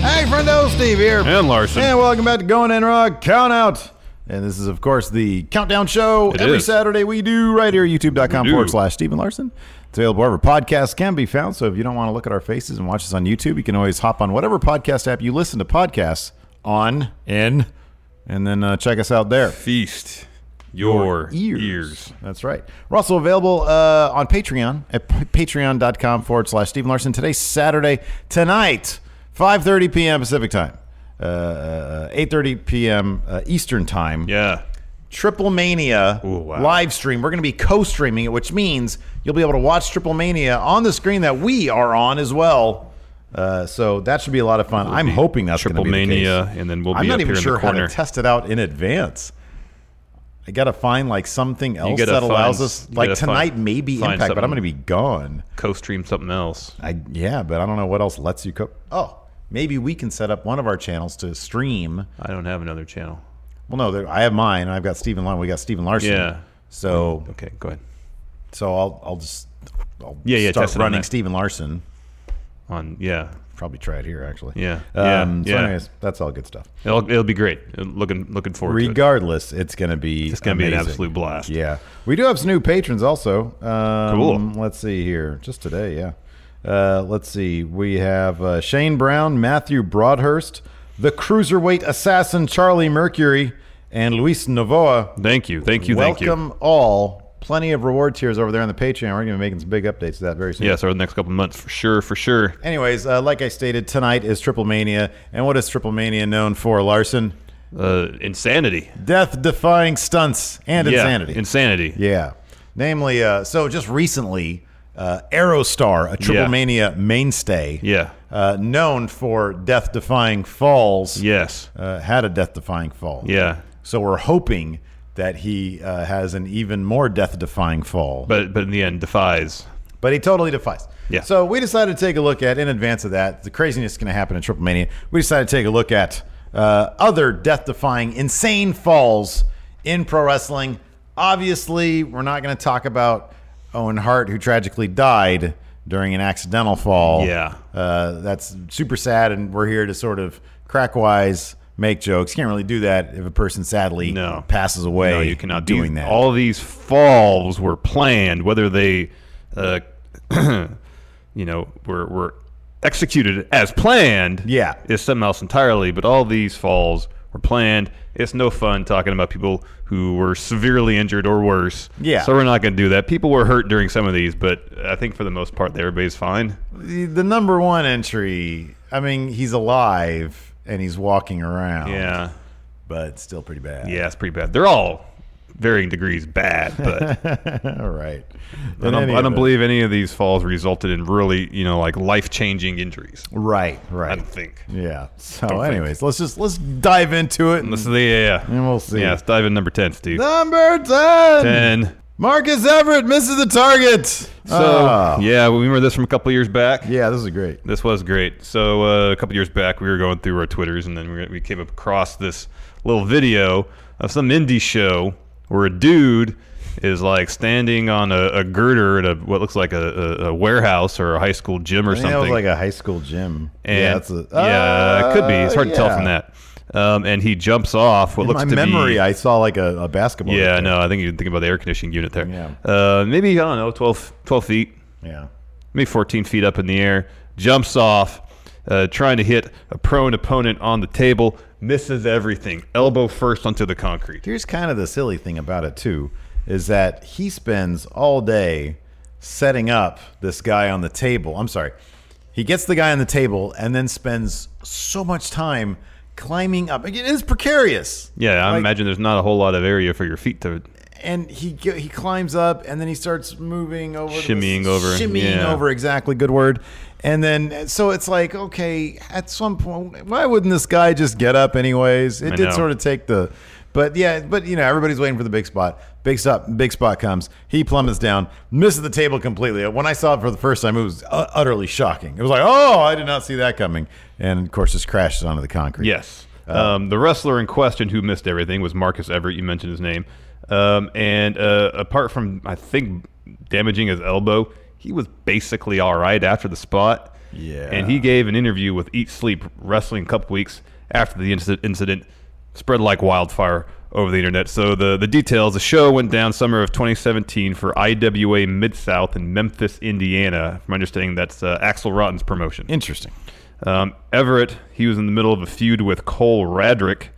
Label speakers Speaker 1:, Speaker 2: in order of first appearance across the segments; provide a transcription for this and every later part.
Speaker 1: Hey, friendo, Steve here.
Speaker 2: And Larson.
Speaker 1: And welcome back to Going In Rock Count Out. And this is, of course, the countdown show
Speaker 2: It
Speaker 1: every
Speaker 2: is.
Speaker 1: Saturday we do right here, youtube.com
Speaker 2: We do.
Speaker 1: forward slash Stephen Larson. It's available wherever podcasts can be found. So if you don't want to look at our faces and watch us on YouTube, you can always hop on whatever podcast app you listen to podcasts on, in, and then uh, check us out there.
Speaker 2: Feast your,
Speaker 1: ears.
Speaker 2: ears.
Speaker 1: That's right. We're also available uh, on Patreon at p- patreon.com forward slash Stephen Larson. Today's Saturday. Tonight, 5.30 p.m. Pacific time. Uh, Uh, 8.30 p.m. Uh, Eastern time.
Speaker 2: Yeah.
Speaker 1: Triple Mania
Speaker 2: Ooh, wow.
Speaker 1: live stream. We're going to be co-streaming it, which means you'll be able to watch Triple Mania on the screen that we are on as well. Uh, so that should be a lot of fun. I'm
Speaker 2: be
Speaker 1: hoping that's going to
Speaker 2: Triple
Speaker 1: be the case.
Speaker 2: Mania, and then we'll
Speaker 1: I'm
Speaker 2: be
Speaker 1: not
Speaker 2: up
Speaker 1: even
Speaker 2: here in the
Speaker 1: sure how to
Speaker 2: corner.
Speaker 1: test it out in advance. I got to find like something else
Speaker 2: gotta
Speaker 1: that allows
Speaker 2: find-
Speaker 1: us.
Speaker 2: you
Speaker 1: Like
Speaker 2: gotta find-
Speaker 1: tonight, maybe
Speaker 2: find
Speaker 1: Impact, but I'm
Speaker 2: something.
Speaker 1: going to be gone.
Speaker 2: Co-stream something else.
Speaker 1: I yeah, but I don't know what else lets you cook. Oh, maybe we can set up one of our channels to stream.
Speaker 2: I don't have another channel.
Speaker 1: Well, no, there- I have mine. and I've got Stephen Larson. We got Stephen Larson.
Speaker 2: Yeah.
Speaker 1: So
Speaker 2: Okay, go ahead.
Speaker 1: So I'll I'll just I'll
Speaker 2: Yeah, yeah,
Speaker 1: start
Speaker 2: test it on
Speaker 1: running
Speaker 2: that.
Speaker 1: Steven Larson.
Speaker 2: On yeah,
Speaker 1: Probably try it here actually.
Speaker 2: Yeah,
Speaker 1: Um,
Speaker 2: yeah,
Speaker 1: So
Speaker 2: yeah.
Speaker 1: anyways, that's all good stuff.
Speaker 2: it'll, it'll be great. Looking looking forward to it.
Speaker 1: Regardless, it's gonna be
Speaker 2: It's gonna be an
Speaker 1: amazing.
Speaker 2: absolute blast.
Speaker 1: Yeah, we do have some new patrons also. Um,
Speaker 2: Cool.
Speaker 1: Let's see here, just today. Yeah. Uh, let's see. We have uh, Shane Brown, Matthew Broadhurst, the cruiserweight assassin Charlie Mercury, and Luis Novoa.
Speaker 2: Thank you, thank you, thank you.
Speaker 1: Welcome all. Plenty of reward tiers over there on the Patreon. We're gonna be making some big updates to that very soon.
Speaker 2: Yes, over the next couple months for sure, for sure.
Speaker 1: Anyways, uh, like I stated, tonight is Triple Mania, and what is Triple Mania known for, Larson?
Speaker 2: Uh, insanity.
Speaker 1: Death-defying stunts and
Speaker 2: Yeah,
Speaker 1: insanity.
Speaker 2: Insanity.
Speaker 1: yeah, namely, uh, so just recently, uh, Aerostar, a Triple
Speaker 2: Yeah.
Speaker 1: Mania mainstay,
Speaker 2: Yeah.
Speaker 1: uh, known for death-defying falls,
Speaker 2: Yes.
Speaker 1: uh, had a death-defying fall.
Speaker 2: Yeah.
Speaker 1: So we're hoping that he uh, has an even more death-defying fall.
Speaker 2: But but in the end, defies.
Speaker 1: but he totally defies.
Speaker 2: Yeah.
Speaker 1: So we decided to take a look at, in advance of that, the craziness going to happen in Triple Mania. We decided to take a look at uh, other death-defying, insane falls in pro wrestling. Obviously, we're not going to talk about Owen Hart, who tragically died during an accidental fall.
Speaker 2: Yeah.
Speaker 1: Uh, that's super sad, and we're here to sort of crack wise. Make jokes. Can't really do that if a person sadly
Speaker 2: No.
Speaker 1: passes away.
Speaker 2: No, you cannot. These-
Speaker 1: doing that.
Speaker 2: All these falls were planned, whether they, uh, you know, were were executed as planned.
Speaker 1: Yeah.
Speaker 2: is something else entirely. But all these falls were planned. It's no fun talking about people who were severely injured or worse.
Speaker 1: Yeah.
Speaker 2: So we're not going to do that. People were hurt during some of these, but I think for the most part, everybody's fine.
Speaker 1: the, the number one entry. I mean, he's alive and he's walking around.
Speaker 2: Yeah.
Speaker 1: but still pretty bad.
Speaker 2: Yeah, it's pretty bad. They're all varying degrees bad, but.
Speaker 1: all right.
Speaker 2: I don't, I don't believe any of these falls resulted in really, you know, like life changing injuries.
Speaker 1: Right.
Speaker 2: I
Speaker 1: Right.
Speaker 2: don't think.
Speaker 1: Yeah. So,
Speaker 2: Don't think.
Speaker 1: anyways, let's just let's dive into it.
Speaker 2: This is the yeah, yeah.
Speaker 1: And we'll see.
Speaker 2: Yeah, let's dive in number ten, Steve.
Speaker 1: Number ten.
Speaker 2: Ten.
Speaker 1: Marcus Everett misses the target. So
Speaker 2: So yeah, we remember this from a couple years back.
Speaker 1: yeah, this is great.
Speaker 2: This was great. So uh, a couple years back, we were going through our Twitters, and then we, we came across this little video of some indie show where a dude is like standing on a, a girder at a what looks like a, a, a warehouse or a high school gym or
Speaker 1: I think
Speaker 2: something.
Speaker 1: that was like a high school gym.
Speaker 2: And
Speaker 1: yeah,
Speaker 2: yeah,
Speaker 1: that's a, Ah,
Speaker 2: it could be. It's hard to tell
Speaker 1: yeah.
Speaker 2: from that. Um, and he jumps off what
Speaker 1: In
Speaker 2: looks
Speaker 1: my
Speaker 2: to
Speaker 1: memory,
Speaker 2: be.
Speaker 1: I saw like a, a basketball.
Speaker 2: yeah,
Speaker 1: hoop.
Speaker 2: no, I think you're thinking about the air conditioning unit there.
Speaker 1: Yeah.
Speaker 2: Uh, maybe I don't know, 12, 12 feet,
Speaker 1: Yeah.
Speaker 2: maybe fourteen feet up in the air. Jumps off, uh, trying to hit a prone opponent on the table. Misses everything. Elbow first onto the concrete.
Speaker 1: Here's kind of the silly thing about it too, is that he spends all day setting up this guy on the table. I'm sorry. He gets the guy on the table and then spends so much time climbing up. It is precarious.
Speaker 2: Yeah, I
Speaker 1: Like,
Speaker 2: imagine there's not a whole lot of area for your feet to
Speaker 1: and he ge- he climbs up, and then he starts moving over, to the-
Speaker 2: Shimmying over,
Speaker 1: shimmying
Speaker 2: yeah.
Speaker 1: over. Exactly, good word. And then so it's like, okay, at some point, why wouldn't this guy just get up anyways? It
Speaker 2: I
Speaker 1: did
Speaker 2: know.
Speaker 1: sort of take the, but yeah, but you know, everybody's waiting for the big spot. Big spot, big spot comes. He plummets down, misses the table completely. When I saw it for the first time, it was u- utterly shocking. It was like, oh, I did not see that coming. And of course, just crashes onto the concrete.
Speaker 2: Yes. Um, the wrestler in question who missed everything was Marcus Everett. You mentioned his name. Um, and uh, apart from, I think, damaging his elbow, he was basically all right after the spot.
Speaker 1: Yeah.
Speaker 2: And he gave an interview with Eat Sleep Wrestling a couple weeks after the inci- incident spread like wildfire over the internet. So the, the details the show went down summer of 2017 for IWA Mid South in Memphis, Indiana. From my understanding, that's uh, Axel Rotten's promotion.
Speaker 1: Interesting.
Speaker 2: Um, Everett, he was in the middle of a feud with Cole Radrick,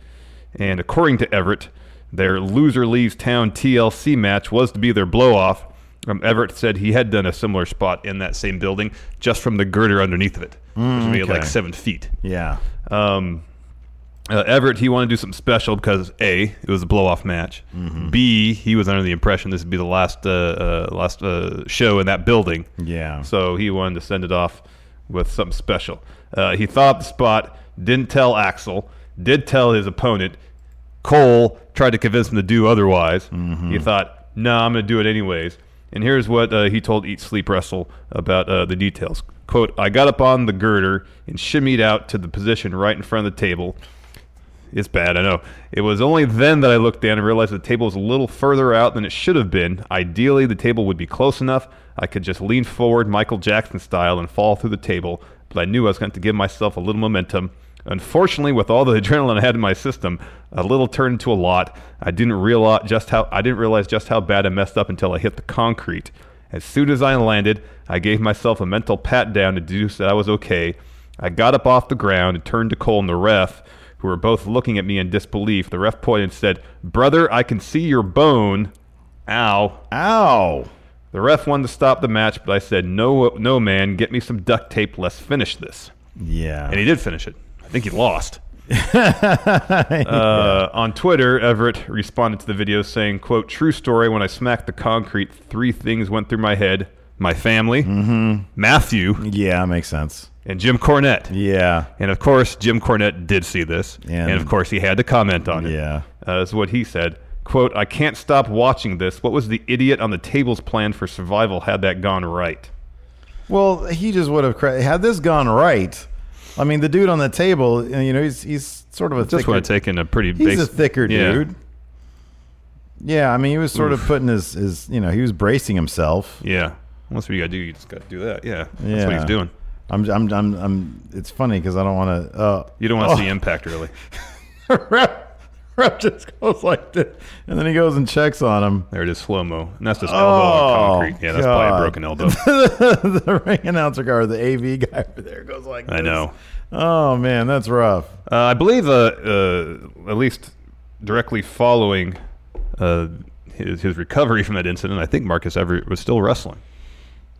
Speaker 2: and according to Everett, their loser leaves town TLC match was to be their blow off. Um, Everett said he had done a similar spot in that same building, just from the girder underneath of it, which would be
Speaker 1: okay.
Speaker 2: like seven feet.
Speaker 1: Yeah.
Speaker 2: Um, uh, Everett, he wanted to do something special because a, it was a blow off match. B, he was under the impression this would be the last uh, uh, last uh, show in that building.
Speaker 1: Yeah.
Speaker 2: So he wanted to send it off with something special. Uh, he thought the spot, didn't tell Axel, did tell his opponent. Cole tried to convince him to do otherwise. He thought, no, I'm going to do it anyways. And here's what uh, he told Eat Sleep Wrestle about uh, the details. Quote, I got up on the girder and shimmied out to the position right in front of the table. It's bad, I know. It was only then that I looked down and realized the table was a little further out than it should have been. Ideally, the table would be close enough. I could just lean forward, Michael Jackson style, and fall through the table, but I knew I was going to have to give myself a little momentum. Unfortunately, with all the adrenaline I had in my system, a little turned into a lot. I didn't realize just how I didn't realize just how bad I messed up until I hit the concrete. As soon as I landed, I gave myself a mental pat down to deduce that I was okay. I got up off the ground and turned to Cole and the ref, who were both looking at me in disbelief. The ref pointed and said, Brother, I can see your bone. Ow.
Speaker 1: Ow.
Speaker 2: The ref wanted to stop the match, but I said, No, no, man, get me some duct tape. Let's finish this.
Speaker 1: Yeah.
Speaker 2: And he did finish it. I think he lost. uh, on Twitter, Everett responded to the video saying, quote, true story, when I smacked the concrete, three things went through my head. My family, Matthew,
Speaker 1: yeah, makes sense.
Speaker 2: and Jim Cornette.
Speaker 1: Yeah.
Speaker 2: And of course, Jim Cornette did see this,
Speaker 1: And-
Speaker 2: and, of course, he had to comment on it.
Speaker 1: Yeah.
Speaker 2: uh, is what he said. "Quote: I can't stop watching this. What was the idiot on the table's plan for survival had that gone right?
Speaker 1: Well, he just would have cra- had this gone right. I mean, the dude on the table, you know, he's he's sort of a
Speaker 2: Just
Speaker 1: thicker,
Speaker 2: would have taken a pretty.
Speaker 1: he's
Speaker 2: base-
Speaker 1: a thicker
Speaker 2: Yeah.
Speaker 1: dude. Yeah, I mean, he was sort of putting his his you know he was bracing himself.
Speaker 2: Yeah. That's what you gotta do. You just gotta do that. Yeah. That's
Speaker 1: yeah,
Speaker 2: what he's doing.
Speaker 1: I'm I'm I'm, I'm it's funny because I don't want to. Uh,
Speaker 2: You don't want to see impact really.
Speaker 1: rep, rep just goes like this, and then he goes and checks on him.
Speaker 2: There it is, slow mo, and that's just elbow on
Speaker 1: Oh,
Speaker 2: concrete. Yeah, that's probably
Speaker 1: God.
Speaker 2: a broken elbow.
Speaker 1: the ring announcer guy or the AV guy over there goes like.
Speaker 2: I
Speaker 1: this.
Speaker 2: know.
Speaker 1: Oh man, that's rough.
Speaker 2: Uh, I believe, uh, uh, at least directly following uh, his, his recovery from that incident, I think Marcus Everett was still wrestling,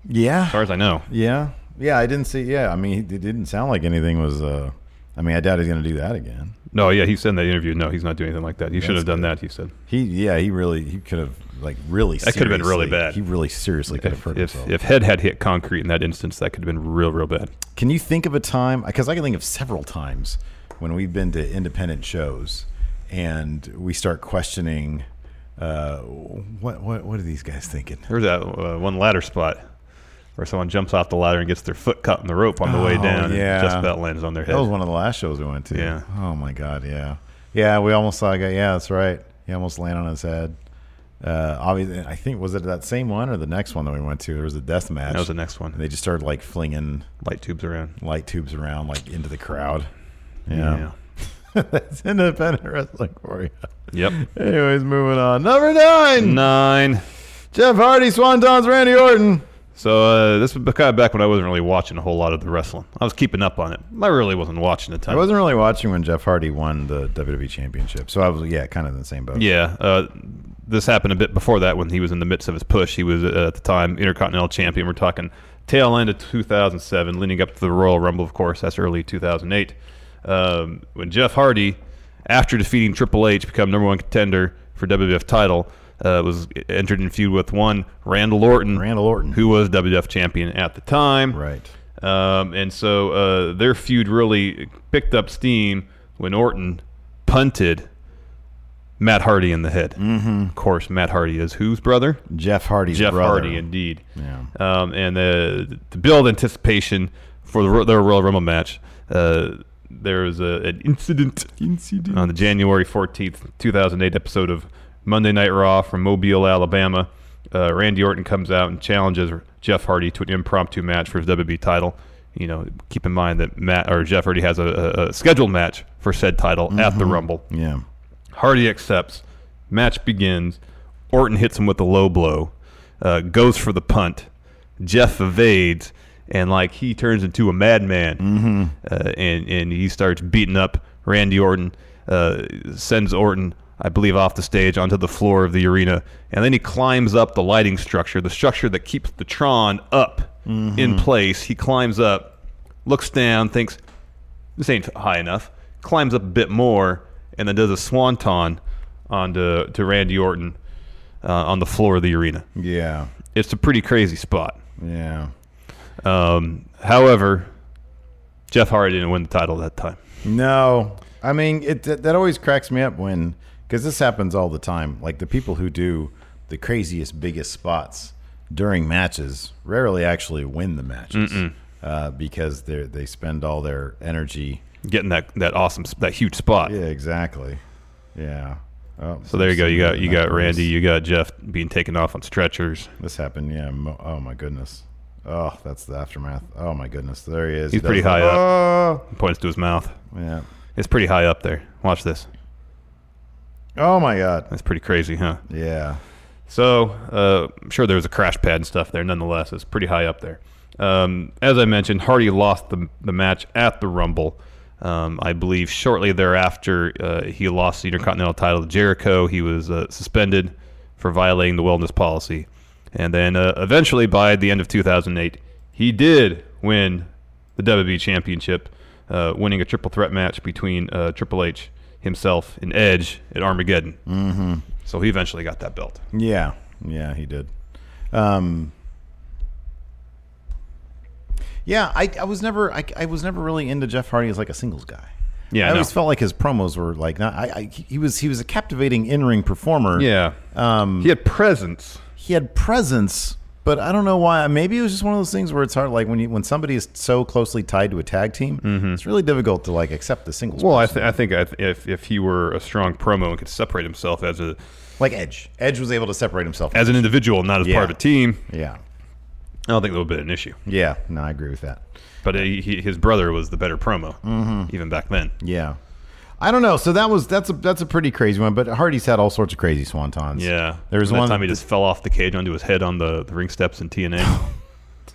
Speaker 1: Yeah.
Speaker 2: as far as I know.
Speaker 1: Yeah, yeah. I didn't see. Yeah, I mean, it didn't sound like anything was. uh I mean, I doubt he's going to do that again.
Speaker 2: No, yeah, he said in that interview, no, he's not doing anything like that. He should have done that, he said.
Speaker 1: He, yeah, he really, he could have like really.
Speaker 2: That could have been really
Speaker 1: seriously-
Speaker 2: bad.
Speaker 1: He really seriously could have
Speaker 2: If,
Speaker 1: hurt
Speaker 2: if,
Speaker 1: himself.
Speaker 2: if head had hit concrete in that instance, that could have been real, real bad.
Speaker 1: Can you think of a time? Because I can think of several times when we've been to independent shows and we start questioning. Uh, what what what are these guys thinking?
Speaker 2: There was that uh, one ladder spot where someone jumps off the ladder and gets their foot caught in the rope on the way
Speaker 1: Oh,
Speaker 2: down
Speaker 1: yeah.
Speaker 2: and just about lands on their head.
Speaker 1: That was one of the last shows we went to.
Speaker 2: Yeah.
Speaker 1: Oh my god. Yeah. Yeah. We almost saw a guy. Yeah, that's right. He almost landed on his head. Uh, obviously, I think was it that same one or the next one that we went to? There was a death match.
Speaker 2: that was the next one.
Speaker 1: And they just started like flinging
Speaker 2: Light tubes around.
Speaker 1: light tubes around like into the crowd.
Speaker 2: Yeah.
Speaker 1: Yeah. that's independent wrestling for you.
Speaker 2: Yep.
Speaker 1: Anyways, moving on. Number nine.
Speaker 2: Nine.
Speaker 1: Jeff Hardy, Swantons, Randy Orton.
Speaker 2: So uh, this was kind of back when I wasn't really watching a whole lot of the wrestling. I was keeping up on it. I really wasn't watching a
Speaker 1: I
Speaker 2: ton.
Speaker 1: wasn't really watching when Jeff Hardy won the WWE Championship, so I was yeah, kind of in the same boat.
Speaker 2: Yeah, uh, this happened a bit before that when he was in the midst of his push. He was uh, at the time Intercontinental Champion. We're talking tail end of 2007, leading up to the Royal Rumble, of course. That's early 2008. Um, when Jeff Hardy, after defeating Triple H, become number one contender for WWF title, uh, was entered in feud with one Randall Orton,
Speaker 1: Randall Orton.
Speaker 2: who was WWF champion at the time.
Speaker 1: Right.
Speaker 2: Um, and so uh, their feud really picked up steam when Orton punted Matt Hardy in the head. Mm-hmm. Of course, Matt Hardy is whose brother?
Speaker 1: Jeff Hardy's
Speaker 2: Jeff
Speaker 1: brother.
Speaker 2: Hardy, indeed.
Speaker 1: Yeah.
Speaker 2: Um, and the, to build anticipation for the, Ro- their Royal Rumble match, uh, there was a, an incident
Speaker 1: Incident.
Speaker 2: on the January 14th, 2008 episode of Monday Night Raw from Mobile, Alabama. Uh, Randy Orton comes out and challenges Jeff Hardy to an impromptu match for his WWE title. You know, keep in mind that Matt or Jeff Hardy has a, a, a scheduled match for said title at
Speaker 1: Mm-hmm.
Speaker 2: the Rumble.
Speaker 1: yeah.
Speaker 2: Hardy accepts. Match begins. Orton hits him with a low blow. Uh, goes for the punt. Jeff evades, and like he turns into a madman, mm-hmm. uh, and and he starts beating up Randy Orton. Uh, sends Orton, I believe, off the stage onto the floor of the arena, and then he climbs up the lighting structure, the structure that keeps the Tron up in place. He climbs up, looks down, thinks, this ain't high enough. Climbs up a bit more and then does a swanton onto to Randy Orton uh, on the floor of the arena.
Speaker 1: Yeah.
Speaker 2: It's a pretty crazy spot.
Speaker 1: Yeah.
Speaker 2: Um, however, Jeff Hardy didn't win the title that time.
Speaker 1: No, I mean it. That, that always cracks me up when because this happens all the time. Like the people who do the craziest, biggest spots during matches rarely actually win the matches uh, because they they spend all their energy.
Speaker 2: Getting that that awesome s- that huge spot.
Speaker 1: Yeah, exactly. Yeah. Oh,
Speaker 2: So there you go. You got you got Randy. You got Jeff being taken off on stretchers.
Speaker 1: This happened. Yeah. Mo- oh my goodness. Oh, that's the aftermath. Oh my goodness. There he is.
Speaker 2: He's pretty high up.
Speaker 1: up.
Speaker 2: Points to his mouth.
Speaker 1: Yeah.
Speaker 2: It's pretty high up there. Watch this.
Speaker 1: Oh my god.
Speaker 2: That's pretty crazy, huh?
Speaker 1: Yeah.
Speaker 2: So uh, I'm sure there was a crash pad and stuff there. Nonetheless, it's pretty high up there. Um, as I mentioned, Hardy lost the, the match at the Rumble. Um, I believe shortly thereafter, uh, he lost the Intercontinental title to Jericho. He was uh, suspended for violating the wellness policy. And then uh, eventually, by the end of 2008, he did win the WWE Championship, uh, winning a triple threat match between uh, Triple H, himself, and Edge at Armageddon. Mm-hmm. So he eventually got that belt.
Speaker 1: Yeah, yeah, he did. Um, yeah, I, I was never I, I was never really into Jeff Hardy as like a singles guy.
Speaker 2: Yeah,
Speaker 1: I
Speaker 2: no.
Speaker 1: always felt like his promos were like not. I, I he was he was a captivating in ring performer.
Speaker 2: Yeah.
Speaker 1: um,
Speaker 2: he had presence.
Speaker 1: he had presence, but I don't know why. Maybe it was just one of those things where it's hard. Like when you when somebody is so closely tied to a tag team, it's really difficult to like accept the singles.
Speaker 2: Mm-hmm. Well, I,
Speaker 1: person.
Speaker 2: th- I think I th- if, if he were a strong promo and could separate himself as a
Speaker 1: like Edge. Edge was able to separate himself.
Speaker 2: as an individual, not as
Speaker 1: Yeah.
Speaker 2: part of a team,
Speaker 1: yeah,
Speaker 2: I don't think that would have been an issue.
Speaker 1: yeah. No, I agree with that.
Speaker 2: But he, he, his brother was the better promo,
Speaker 1: Mm-hmm.
Speaker 2: even back then.
Speaker 1: Yeah. I don't know. So that was that's a that's a pretty crazy one, but Hardy's had all sorts of crazy swantons.
Speaker 2: Yeah,
Speaker 1: There was
Speaker 2: that
Speaker 1: one
Speaker 2: time he just fell off the cage onto his head on the, the ring steps in TNA.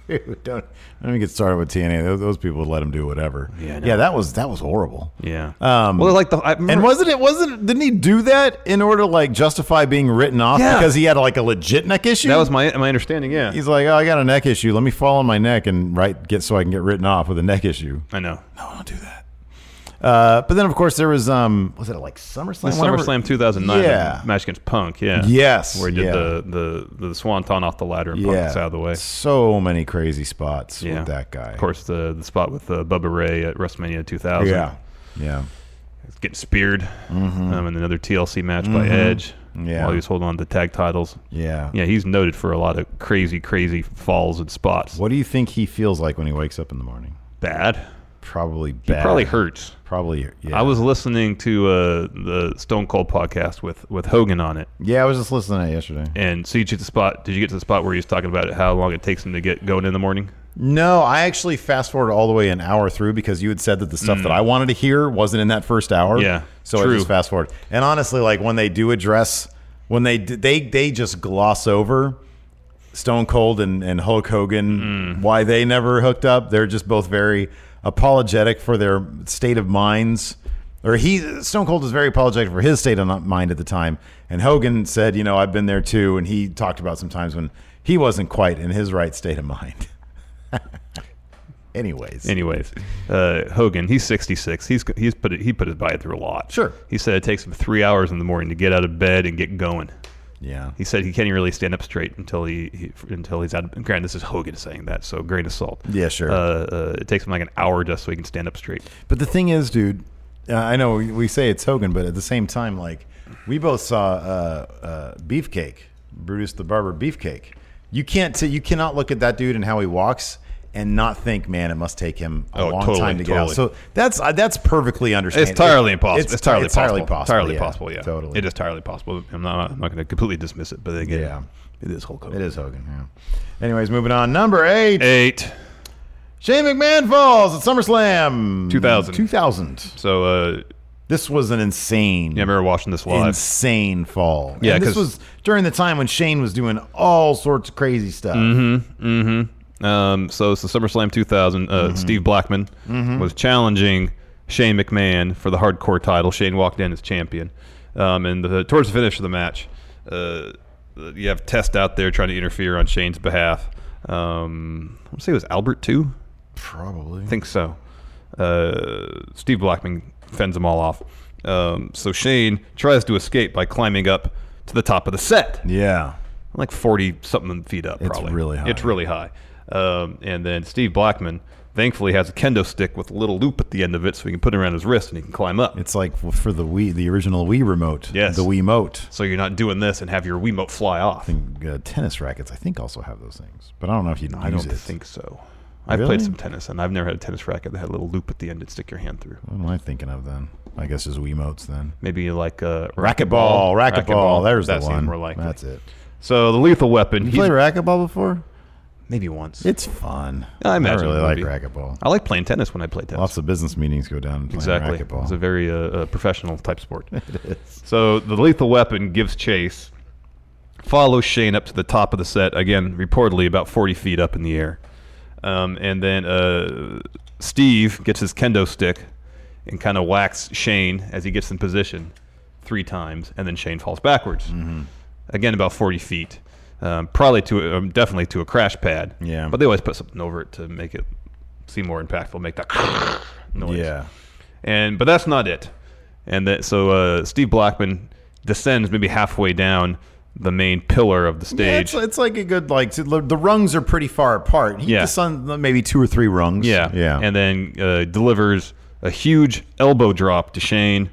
Speaker 1: Dude, don't let me get started with TNA. Those, those people would let him do whatever.
Speaker 2: Yeah, I know.
Speaker 1: yeah, that was that was horrible.
Speaker 2: yeah.
Speaker 1: Um,
Speaker 2: well, like the I remember,
Speaker 1: And wasn't it wasn't didn't he do that in order to like justify being written off
Speaker 2: Yeah.
Speaker 1: because he had like a legit neck issue?
Speaker 2: that was my my understanding. Yeah,
Speaker 1: He's like, oh, I got a neck issue. Let me fall on my neck and right get so I can get written off with a neck issue.
Speaker 2: I know.
Speaker 1: No, don't do that. Uh, but then of course there was um was it like SummerSlam? Whenever-
Speaker 2: SummerSlam 2009
Speaker 1: Yeah.
Speaker 2: match against Punk. Yeah.
Speaker 1: Yes,
Speaker 2: Where he did
Speaker 1: yeah.
Speaker 2: the, the the swanton off the ladder and Punk was out of the way.
Speaker 1: So many crazy spots
Speaker 2: Yeah.
Speaker 1: with that guy.
Speaker 2: Of course, the the spot with uh, Bubba Ray at WrestleMania 2000.
Speaker 1: Yeah. Yeah.
Speaker 2: He's getting speared. Um, and another TLC match by Edge.
Speaker 1: Mm-hmm. Yeah.
Speaker 2: While he was holding on to tag titles.
Speaker 1: Yeah.
Speaker 2: Yeah, he's noted for a lot of crazy, crazy falls and spots.
Speaker 1: What do you think he feels like when he wakes up in the morning?
Speaker 2: Bad.
Speaker 1: Probably
Speaker 2: He
Speaker 1: bad.
Speaker 2: probably hurts.
Speaker 1: Probably. Yeah.
Speaker 2: I was listening to uh, the Stone Cold podcast with, with Hogan on it.
Speaker 1: yeah, I was just listening to that yesterday.
Speaker 2: And so you get to the spot. Did you get to the spot where he was talking about how long it takes him to get going in the morning?
Speaker 1: No, I actually fast forwarded all the way an hour through because you had said that the stuff that I wanted to hear wasn't in that first hour.
Speaker 2: Mm. Yeah,
Speaker 1: So I
Speaker 2: true.
Speaker 1: just fast forward. And honestly, like when they do address, when they d- they they just gloss over Stone Cold and, and Hulk Hogan, why they never hooked up. They're just both very apologetic for their state of minds. Or he Stone Cold was very apologetic for his state of mind at the time. And Hogan said, you know, I've been there too. And he talked about some times when he wasn't quite in his right state of mind. Anyways.
Speaker 2: Anyways, uh, Hogan, he's 66. He's he's put it, he put his body through a lot.
Speaker 1: Sure.
Speaker 2: He said it takes him three hours in the morning to get out of bed and get going.
Speaker 1: Yeah.
Speaker 2: He said he can't even really stand up straight until he, he until he's out. Of, granted, this is Hogan saying that, so grain of salt.
Speaker 1: Yeah, sure.
Speaker 2: Uh, uh, it takes him like an hour just so he can stand up straight.
Speaker 1: But the thing is, dude, uh, I know we- we say it's Hogan, but at the same time, like we both saw uh, uh, Beefcake, Brutus the Barber Beefcake. You can't, t- you cannot look at that dude and how he walks and not think, man, it must take him a
Speaker 2: Oh,
Speaker 1: long
Speaker 2: totally,
Speaker 1: time to get out.
Speaker 2: totally.
Speaker 1: So that's uh, that's perfectly understandable.
Speaker 2: It's entirely impossible. It's, entirely,
Speaker 1: entirely
Speaker 2: possible.
Speaker 1: possible.
Speaker 2: Entirely
Speaker 1: yeah,
Speaker 2: possible. Yeah,
Speaker 1: totally.
Speaker 2: It is entirely possible. I'm not. I'm not going to completely dismiss it, but then again,
Speaker 1: Yeah.
Speaker 2: it is Hulk Hogan.
Speaker 1: It is Hogan. Yeah. Anyways, moving on. Number eight,
Speaker 2: Eight.
Speaker 1: Shane McMahon falls at SummerSlam
Speaker 2: 2000.
Speaker 1: 2000.
Speaker 2: So, uh,
Speaker 1: This was an insane.
Speaker 2: yeah, I remember watching this live.
Speaker 1: insane fall.
Speaker 2: Yeah,
Speaker 1: and this
Speaker 2: 'cause-
Speaker 1: was during the time when Shane was doing all sorts of crazy stuff.
Speaker 2: Mm-hmm. Um, so it's the SummerSlam 2000. Uh, Steve Blackman was challenging Shane McMahon for the hardcore title. Shane walked in as champion. Um, and the, towards the finish of the match, uh, you have Test out there trying to interfere on Shane's behalf. Um, I want to say it was Albert, too.
Speaker 1: Probably.
Speaker 2: I think so. Uh, Steve Blackman fends them all off. Um, so Shane tries to escape by climbing up to the top of the set
Speaker 1: Yeah.
Speaker 2: like 40 something feet up,
Speaker 1: It's
Speaker 2: probably.
Speaker 1: really high.
Speaker 2: It's really high. Um, and then Steve Blackman, thankfully, has a kendo stick with a little loop at the end of it so he can put it around his wrist and he can climb up.
Speaker 1: It's like for the Wii, the original Wii remote.
Speaker 2: Yes.
Speaker 1: The Wii mote.
Speaker 2: so you're not doing this and have your Wiimote fly off.
Speaker 1: Uh, tennis rackets, I think, also have those things, but I don't know if you can
Speaker 2: I
Speaker 1: use
Speaker 2: don't
Speaker 1: it.
Speaker 2: think so. I've
Speaker 1: Really?
Speaker 2: played some tennis and I've never had a tennis racket that had a little loop at the end to stick your hand through.
Speaker 1: What am I thinking of then? I guess it's Wii motes then.
Speaker 2: Maybe like a
Speaker 1: Racquetball, racquetball. There's
Speaker 2: that
Speaker 1: the
Speaker 2: seemed
Speaker 1: one.
Speaker 2: More likely.
Speaker 1: That's it.
Speaker 2: So the lethal weapon.
Speaker 1: You
Speaker 2: he's-
Speaker 1: played racquetball before?
Speaker 2: maybe once.
Speaker 1: It's fun.
Speaker 2: I imagine
Speaker 1: really
Speaker 2: it
Speaker 1: like
Speaker 2: would be.
Speaker 1: racquetball.
Speaker 2: I like playing tennis when I play tennis.
Speaker 1: Lots of business meetings go down and play
Speaker 2: Exactly.
Speaker 1: racquetball.
Speaker 2: It's a very uh, uh, professional type sport. it is. So the lethal weapon gives chase, follows Shane up to the top of the set, again, reportedly about 40 feet up in the air. Um, and then uh, Steve gets his kendo stick and kind of whacks Shane as he gets in position three times, and then Shane falls backwards.
Speaker 1: Mm-hmm.
Speaker 2: Again, about 40 feet. Um, probably to um, definitely to a crash pad.
Speaker 1: Yeah.
Speaker 2: But they always put something over it to make it seem more impactful, make that noise
Speaker 1: yeah.
Speaker 2: and but that's not it. And that so uh, Steve Blackman descends maybe halfway down the main pillar of the
Speaker 1: Yeah,
Speaker 2: stage.
Speaker 1: it's, it's like a good like to- the rungs are pretty far apart. He
Speaker 2: Yeah.
Speaker 1: descends maybe two or three rungs.
Speaker 2: Yeah,
Speaker 1: yeah.
Speaker 2: And then uh, delivers a huge elbow drop to Shane,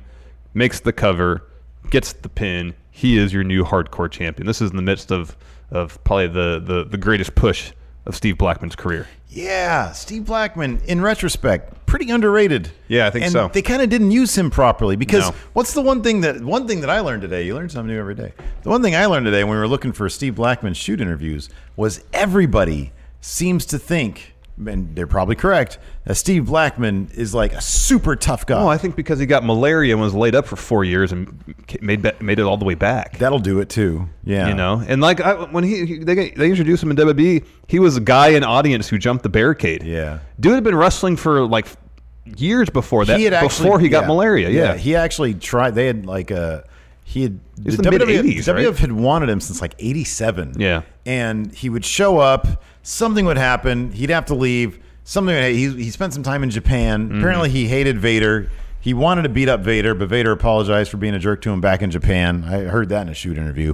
Speaker 2: makes the cover, gets the pin. He is your new hardcore champion. This is in the midst of of probably the the, the greatest push of Steve Blackman's career.
Speaker 1: yeah, Steve Blackman, in retrospect, pretty underrated.
Speaker 2: Yeah, I think
Speaker 1: and
Speaker 2: so.
Speaker 1: They kind of didn't use him properly because
Speaker 2: No.
Speaker 1: what's the one thing that one thing that I learned today? You learn something new every day. The one thing I learned today when we were looking for Steve Blackman shoot interviews was everybody seems to think, and they're probably correct, that Steve Blackman is like a super tough guy.
Speaker 2: Oh, I think because he got malaria and was laid up for four years and made ba- made it all the way back.
Speaker 1: That'll do it too. Yeah,
Speaker 2: You know, and like I, when he, he- they they introduced him in WWE, he was a guy in audience who jumped the barricade.
Speaker 1: Yeah.
Speaker 2: dude had been wrestling for like years before that.
Speaker 1: he had actually,
Speaker 2: before he got
Speaker 1: yeah.
Speaker 2: malaria. Yeah,
Speaker 1: he actually tried. They had like a he had
Speaker 2: was
Speaker 1: the
Speaker 2: in the
Speaker 1: WWF
Speaker 2: mid-eighties, right?
Speaker 1: WWF had wanted him since like '87.
Speaker 2: Yeah.
Speaker 1: and he would show up. Something would happen. He'd have to leave. Something. would- He he spent some time in Japan.
Speaker 2: Mm-hmm.
Speaker 1: Apparently, he hated Vader. He wanted to beat up Vader, but Vader apologized for being a jerk to him back in Japan. I heard that in a shoot interview.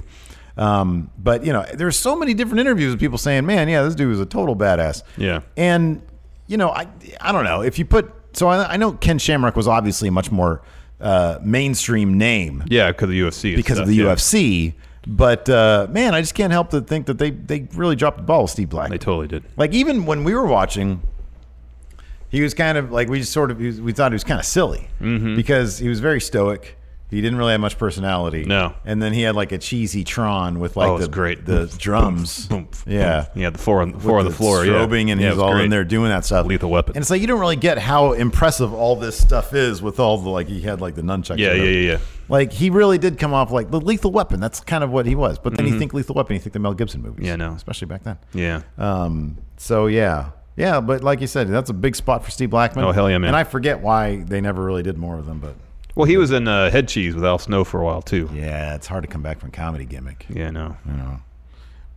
Speaker 1: Um, but you know, there's so many different interviews of people saying, "Man, yeah, this dude was a total badass."
Speaker 2: Yeah.
Speaker 1: And you know, I I don't know if you put so I, I know Ken Shamrock was obviously a much more uh, mainstream name
Speaker 2: yeah, because of the UFC. and
Speaker 1: because
Speaker 2: stuff,
Speaker 1: of the
Speaker 2: yeah.
Speaker 1: UFC, but uh, man, I just can't help but think that they they really dropped the ball with Steve Black.
Speaker 2: They totally did.
Speaker 1: Like even when we were watching, he was kind of like we just sort of he was- we thought he was kind of silly
Speaker 2: Mm-hmm.
Speaker 1: because he was very stoic. He didn't really have much personality.
Speaker 2: No.
Speaker 1: and then he had like a cheesy Tron with like
Speaker 2: Oh, it was
Speaker 1: the
Speaker 2: great.
Speaker 1: the drums.
Speaker 2: Boom, boom,
Speaker 1: yeah,
Speaker 2: boom. yeah, the four on the four on the floor. yeah,
Speaker 1: strobing, and
Speaker 2: yeah, it
Speaker 1: he's
Speaker 2: was
Speaker 1: all
Speaker 2: great.
Speaker 1: in there doing that stuff.
Speaker 2: Lethal Weapon.
Speaker 1: And it's like you don't really get how impressive all this stuff is with all the like he had like the nunchucks.
Speaker 2: Yeah,
Speaker 1: or
Speaker 2: yeah,
Speaker 1: whatever.
Speaker 2: yeah, yeah.
Speaker 1: Like he really did come off like the Lethal Weapon. That's kind of what he was. But then you think Lethal Weapon, you think the Mel Gibson movies.
Speaker 2: Mm-hmm. Yeah, I know.
Speaker 1: especially back then.
Speaker 2: Yeah,
Speaker 1: Um. So yeah, yeah. But like you said, that's a big spot for Steve Blackman.
Speaker 2: Oh, hell yeah, man.
Speaker 1: And I forget why they never really did more of them, but
Speaker 2: well, he was in uh, Head Cheese with Al Snow for a while too. Yeah,
Speaker 1: yeah, it's hard to come back from comedy gimmick.
Speaker 2: no,
Speaker 1: You know.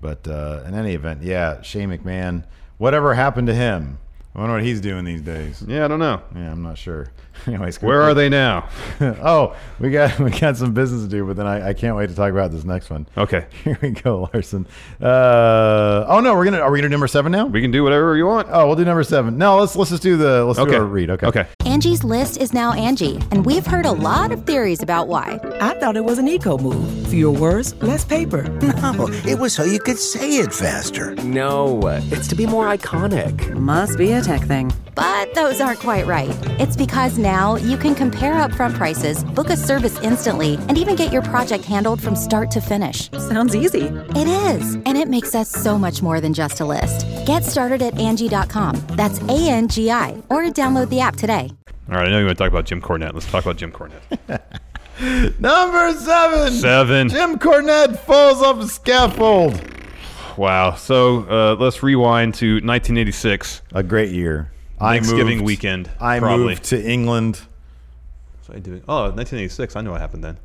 Speaker 1: But uh, in any event, yeah, Shane McMahon. Whatever happened to him? I wonder what he's doing these days.
Speaker 2: Yeah, I don't know.
Speaker 1: Yeah, I'm not sure. Anyways,
Speaker 2: Where are they now?
Speaker 1: oh, we got we got some business to do, but then I, I can't wait to talk about this next one.
Speaker 2: Okay.
Speaker 1: Here we go, Larson. Uh, oh no, we're gonna are we gonna do number seven now?
Speaker 2: We can do whatever you want.
Speaker 1: oh, we'll do number seven. No, let's let's just do the let's do
Speaker 2: Okay.
Speaker 1: our read. Okay.
Speaker 2: Okay.
Speaker 3: Angie's list is now Angie, and we've heard a lot of theories about why.
Speaker 4: I thought it was an eco move. Fewer words, less paper.
Speaker 5: No, it was so you could say it faster.
Speaker 6: No, it's to be more iconic.
Speaker 7: Must be a tech thing.
Speaker 3: But those aren't quite right. It's because now you can compare upfront prices, book a service instantly, and even get your project handled from start to finish.
Speaker 7: Sounds easy.
Speaker 3: It is, and it makes us so much more than just a list. Get started at Angie.com. That's A N G I, or download the app today.
Speaker 2: All right. I know you want to talk about Jim Cornette. Let's talk about Jim Cornette.
Speaker 1: Number seven.
Speaker 2: Seven.
Speaker 1: Jim Cornette falls off a scaffold.
Speaker 2: Wow. So uh, let's rewind to 1986.
Speaker 1: A great year. I
Speaker 2: Thanksgiving
Speaker 1: moved-
Speaker 2: weekend,
Speaker 1: I
Speaker 2: probably.
Speaker 1: moved to England.
Speaker 2: So I did it- Oh, 1986. I know what happened then.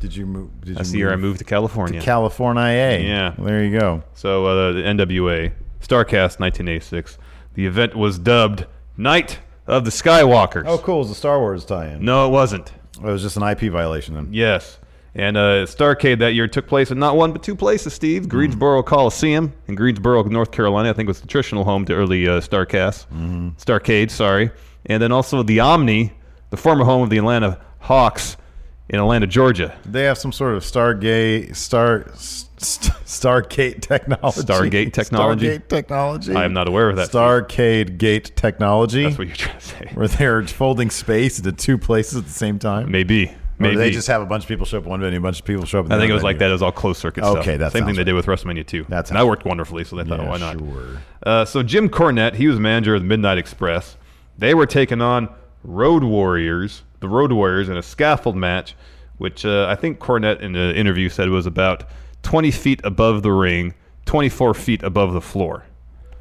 Speaker 1: Did you move? Did
Speaker 2: That's
Speaker 1: you
Speaker 2: the year I moved to California.
Speaker 1: California.
Speaker 2: Yeah.
Speaker 1: Well, there you go.
Speaker 2: so uh, the NWA, Starcast 1986. The event was dubbed Night of the Skywalkers.
Speaker 1: Oh, cool. It's a Star Wars tie-in.
Speaker 2: No, it wasn't.
Speaker 1: It was just an IP violation then.
Speaker 2: Yes. And uh, Starcade that year took place in not one but two places, Steve.
Speaker 1: Mm-hmm.
Speaker 2: Greensboro Coliseum in Greensboro, North Carolina, I think was the traditional home to early uh, Starcast.
Speaker 1: Mm-hmm.
Speaker 2: Starcade, sorry. And then also the Omni, the former home of the Atlanta Hawks in Atlanta, Georgia.
Speaker 1: They have some sort of Stargate, Star, st- Stargate technology.
Speaker 2: Stargate technology?
Speaker 1: Stargate technology.
Speaker 2: I am not aware of that.
Speaker 1: Starcade gate technology.
Speaker 2: That's what you're trying to say.
Speaker 1: where they're folding space into two places at the same time.
Speaker 2: Maybe.
Speaker 1: Or
Speaker 2: Maybe.
Speaker 1: they just have a bunch of people show up at one venue, a bunch of people show up. At
Speaker 2: I think
Speaker 1: the
Speaker 2: it was
Speaker 1: other
Speaker 2: like that. It
Speaker 1: venue.
Speaker 2: was all closed circuit stuff.
Speaker 1: Okay, that
Speaker 2: Same thing
Speaker 1: sounds
Speaker 2: they did with WrestLMania 2.
Speaker 1: That
Speaker 2: and that
Speaker 1: sounds
Speaker 2: worked wonderfully, so they thought,
Speaker 1: Yeah,
Speaker 2: oh, why not?
Speaker 1: sure.
Speaker 2: Uh, so Jim Cornette, he was manager of the Midnight Express. They were taking on Road Warriors, the Road Warriors, in a scaffold match, which uh, I think Cornette in the interview said was about 20 feet above the ring, 24 feet above the floor.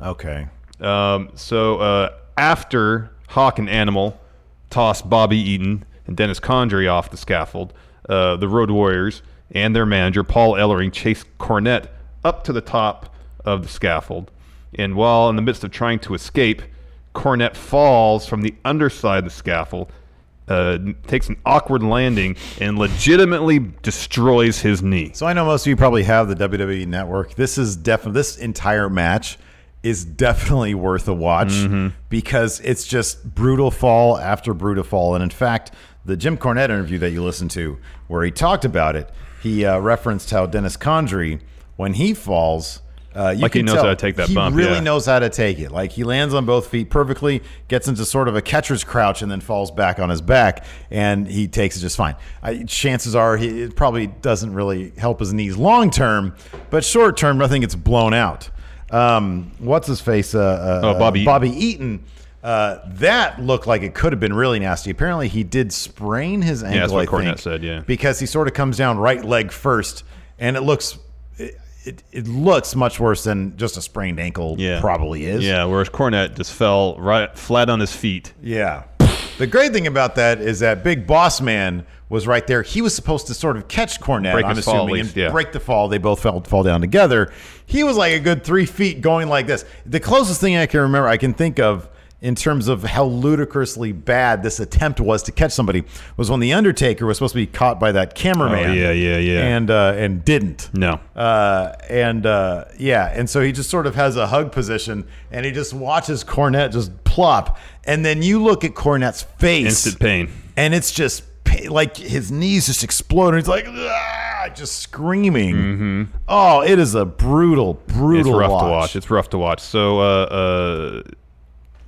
Speaker 1: Okay.
Speaker 2: Um, so uh, after Hawk and Animal toss Bobby Eaton and Dennis Condrey off the scaffold, uh, the Road Warriors and their manager Paul Ellering chase Cornette up to the top of the scaffold, and while in the midst of trying to escape, Cornette falls from the underside of the scaffold. Uh, takes an awkward landing and legitimately destroys his knee.
Speaker 1: So I know most of you probably have the WWE Network. This is definitely this entire match is definitely worth a watch
Speaker 2: Mm-hmm.
Speaker 1: because it's just brutal fall after brutal fall. And in fact, the Jim Cornette interview that you listened to, where he talked about it, he uh, referenced how Dennis Condrey, when he falls, uh, you
Speaker 2: Like he
Speaker 1: can
Speaker 2: knows
Speaker 1: tell
Speaker 2: how to take that
Speaker 1: he
Speaker 2: bump,
Speaker 1: Really
Speaker 2: yeah.
Speaker 1: knows how to take it. Like he lands on both feet perfectly, gets into sort of a catcher's crouch, and then falls back on his back, and he takes it just fine. I, chances are he it probably doesn't really help his knees long term, but short term, nothing gets blown out. Um, what's his face? Uh, uh,
Speaker 2: Oh, Bobby
Speaker 1: uh, Bobby Eaton. Uh, that looked like it could have been really nasty. Apparently, he did sprain his ankle.
Speaker 2: that's what
Speaker 1: I
Speaker 2: Cornette
Speaker 1: think,
Speaker 2: said, yeah.
Speaker 1: because he sort of comes down right leg first, and it looks it, it, it looks much worse than just a sprained ankle probably is.
Speaker 2: Yeah, whereas Cornette just fell right flat on his feet.
Speaker 1: Yeah. The great thing about that is that Big Boss Man was right there. He was supposed to sort of catch Cornette,
Speaker 2: Break
Speaker 1: I'm
Speaker 2: his fall, at
Speaker 1: assuming,
Speaker 2: least,
Speaker 1: and
Speaker 2: yeah.
Speaker 1: break the fall. They both fell, fall down together. He was like a good three feet going like this. The closest thing I can remember, I can think of in terms of how ludicrously bad this attempt was to catch somebody was when The Undertaker was supposed to be caught by that cameraman.
Speaker 2: Oh, yeah, yeah, yeah.
Speaker 1: And, uh, and didn't.
Speaker 2: No.
Speaker 1: Uh, and uh, yeah, and so he just sort of has a hug position, and he just watches Cornette just plop, and then you look at Cornette's face,
Speaker 2: Instant pain.
Speaker 1: and it's just pa- like his knees just explode, and he's like, "Ah," just screaming. Oh, it is a brutal, brutal
Speaker 2: it's Mm-hmm. rough
Speaker 1: watch.
Speaker 2: to watch. It's rough to watch. So, uh, uh,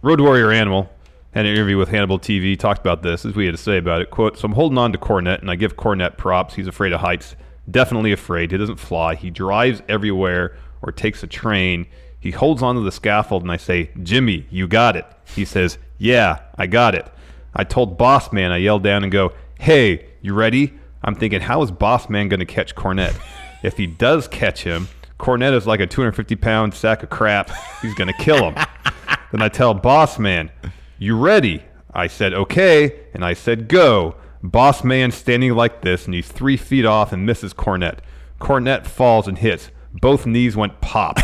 Speaker 2: Road Warrior Animal had an interview with Hannibal TV, talked about this, as we had to say about it. Quote, so I'm holding on to Cornette, and I give Cornette props. He's afraid of heights. Definitely afraid. He doesn't fly. He drives everywhere or takes a train. He holds onto the scaffold, and I say, Jimmy, you got it. He says, yeah, I got it. I told Boss Man, I yelled down and go, hey, you ready? I'm thinking, how is Boss Man going to catch Cornette? If he does catch him, Cornette is like a 250 pound sack of crap. He's going to kill him. then I tell Boss Man, You ready? I said, Okay. And I said, Go. Boss Man standing like this, and he's three feet off and misses Cornette. Cornette falls and hits. Both knees went pop.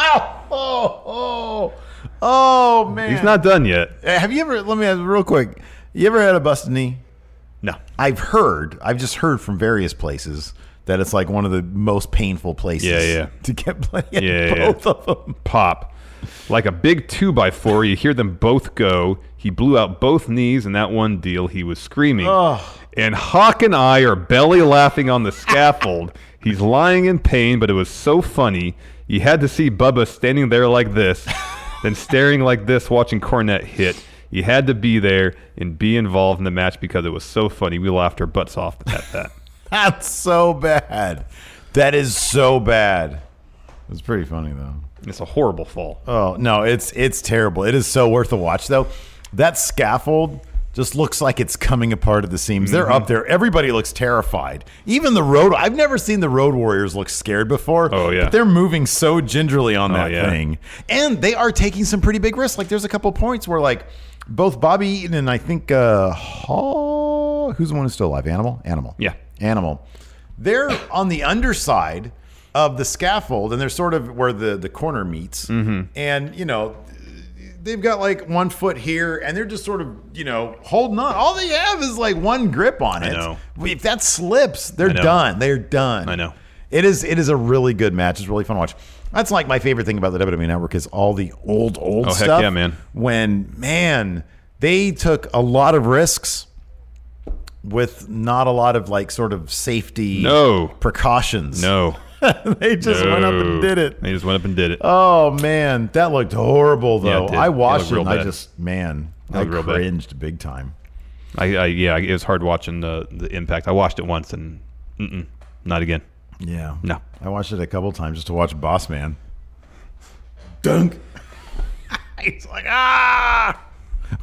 Speaker 1: Ow! Oh, oh, Oh man,
Speaker 2: He's not done yet.
Speaker 1: Uh, Have you ever? Let me ask real quick. You ever had a busted knee?
Speaker 2: No.
Speaker 1: I've heard. I've just heard from various places that it's like one of the most painful places.
Speaker 2: Yeah, yeah.
Speaker 1: To get blood.
Speaker 2: Yeah, yeah.
Speaker 1: both of them.
Speaker 2: Pop. Like a big two by four, you hear them both go. He blew out both knees in that one deal. He was screaming. And Hawk and I are belly laughing on the scaffold. He's lying in pain, but it was so funny. You had to see Bubba standing there like this, then staring like this, watching Cornette hit. You had to be there and be involved in the match because it was so funny. We laughed our butts off at that.
Speaker 1: That's so bad. That is so bad. It's pretty funny though.
Speaker 2: It's a horrible fall.
Speaker 1: Oh no, it's it's terrible. It is so worth a watch though. That scaffold just looks like it's coming apart at the seams. They're
Speaker 2: Mm-hmm.
Speaker 1: up there. Everybody looks terrified. Even the road. I've never seen the road warriors look scared before.
Speaker 2: Oh, yeah. Oh,
Speaker 1: but they're moving so gingerly on that
Speaker 2: yeah.
Speaker 1: thing, and they are taking some pretty big risks. Like there's a couple points where like both Bobby Eaton and I think uh, Hall, who's the one who's still alive? Animal, animal.
Speaker 2: Yeah.
Speaker 1: Animal. They're on the underside of the scaffold and they're sort of where the, the corner meets.
Speaker 2: Mm-hmm.
Speaker 1: And, you know, they've got like one foot here and they're just sort of, you know, holding on. All they have is like one grip on it.
Speaker 2: know.
Speaker 1: If that slips, they're
Speaker 2: know.
Speaker 1: done. They're done.
Speaker 2: I know.
Speaker 1: It is it is a really good match. It's really fun to watch. That's like my favorite thing about the WWE network is all the old, old
Speaker 2: Oh, heck
Speaker 1: stuff.
Speaker 2: yeah, man.
Speaker 1: When man, they took a lot of risks with not a lot of like sort of safety
Speaker 2: No.
Speaker 1: precautions.
Speaker 2: No.
Speaker 1: they just went up and
Speaker 2: No.
Speaker 1: did it.
Speaker 2: They just went up and did it.
Speaker 1: Oh man, that looked horrible
Speaker 2: Yeah, it
Speaker 1: though.
Speaker 2: did.
Speaker 1: I
Speaker 2: It
Speaker 1: watched
Speaker 2: looked
Speaker 1: it,
Speaker 2: real
Speaker 1: and I
Speaker 2: bad.
Speaker 1: just man,
Speaker 2: It
Speaker 1: I
Speaker 2: looked real bad.
Speaker 1: cringed big time.
Speaker 2: I, I yeah, it was hard watching the the impact. I watched it once and mm-mm, not again.
Speaker 1: Yeah.
Speaker 2: No.
Speaker 1: I watched it a couple times just to watch Boss Man. Dunk. He's like, ah,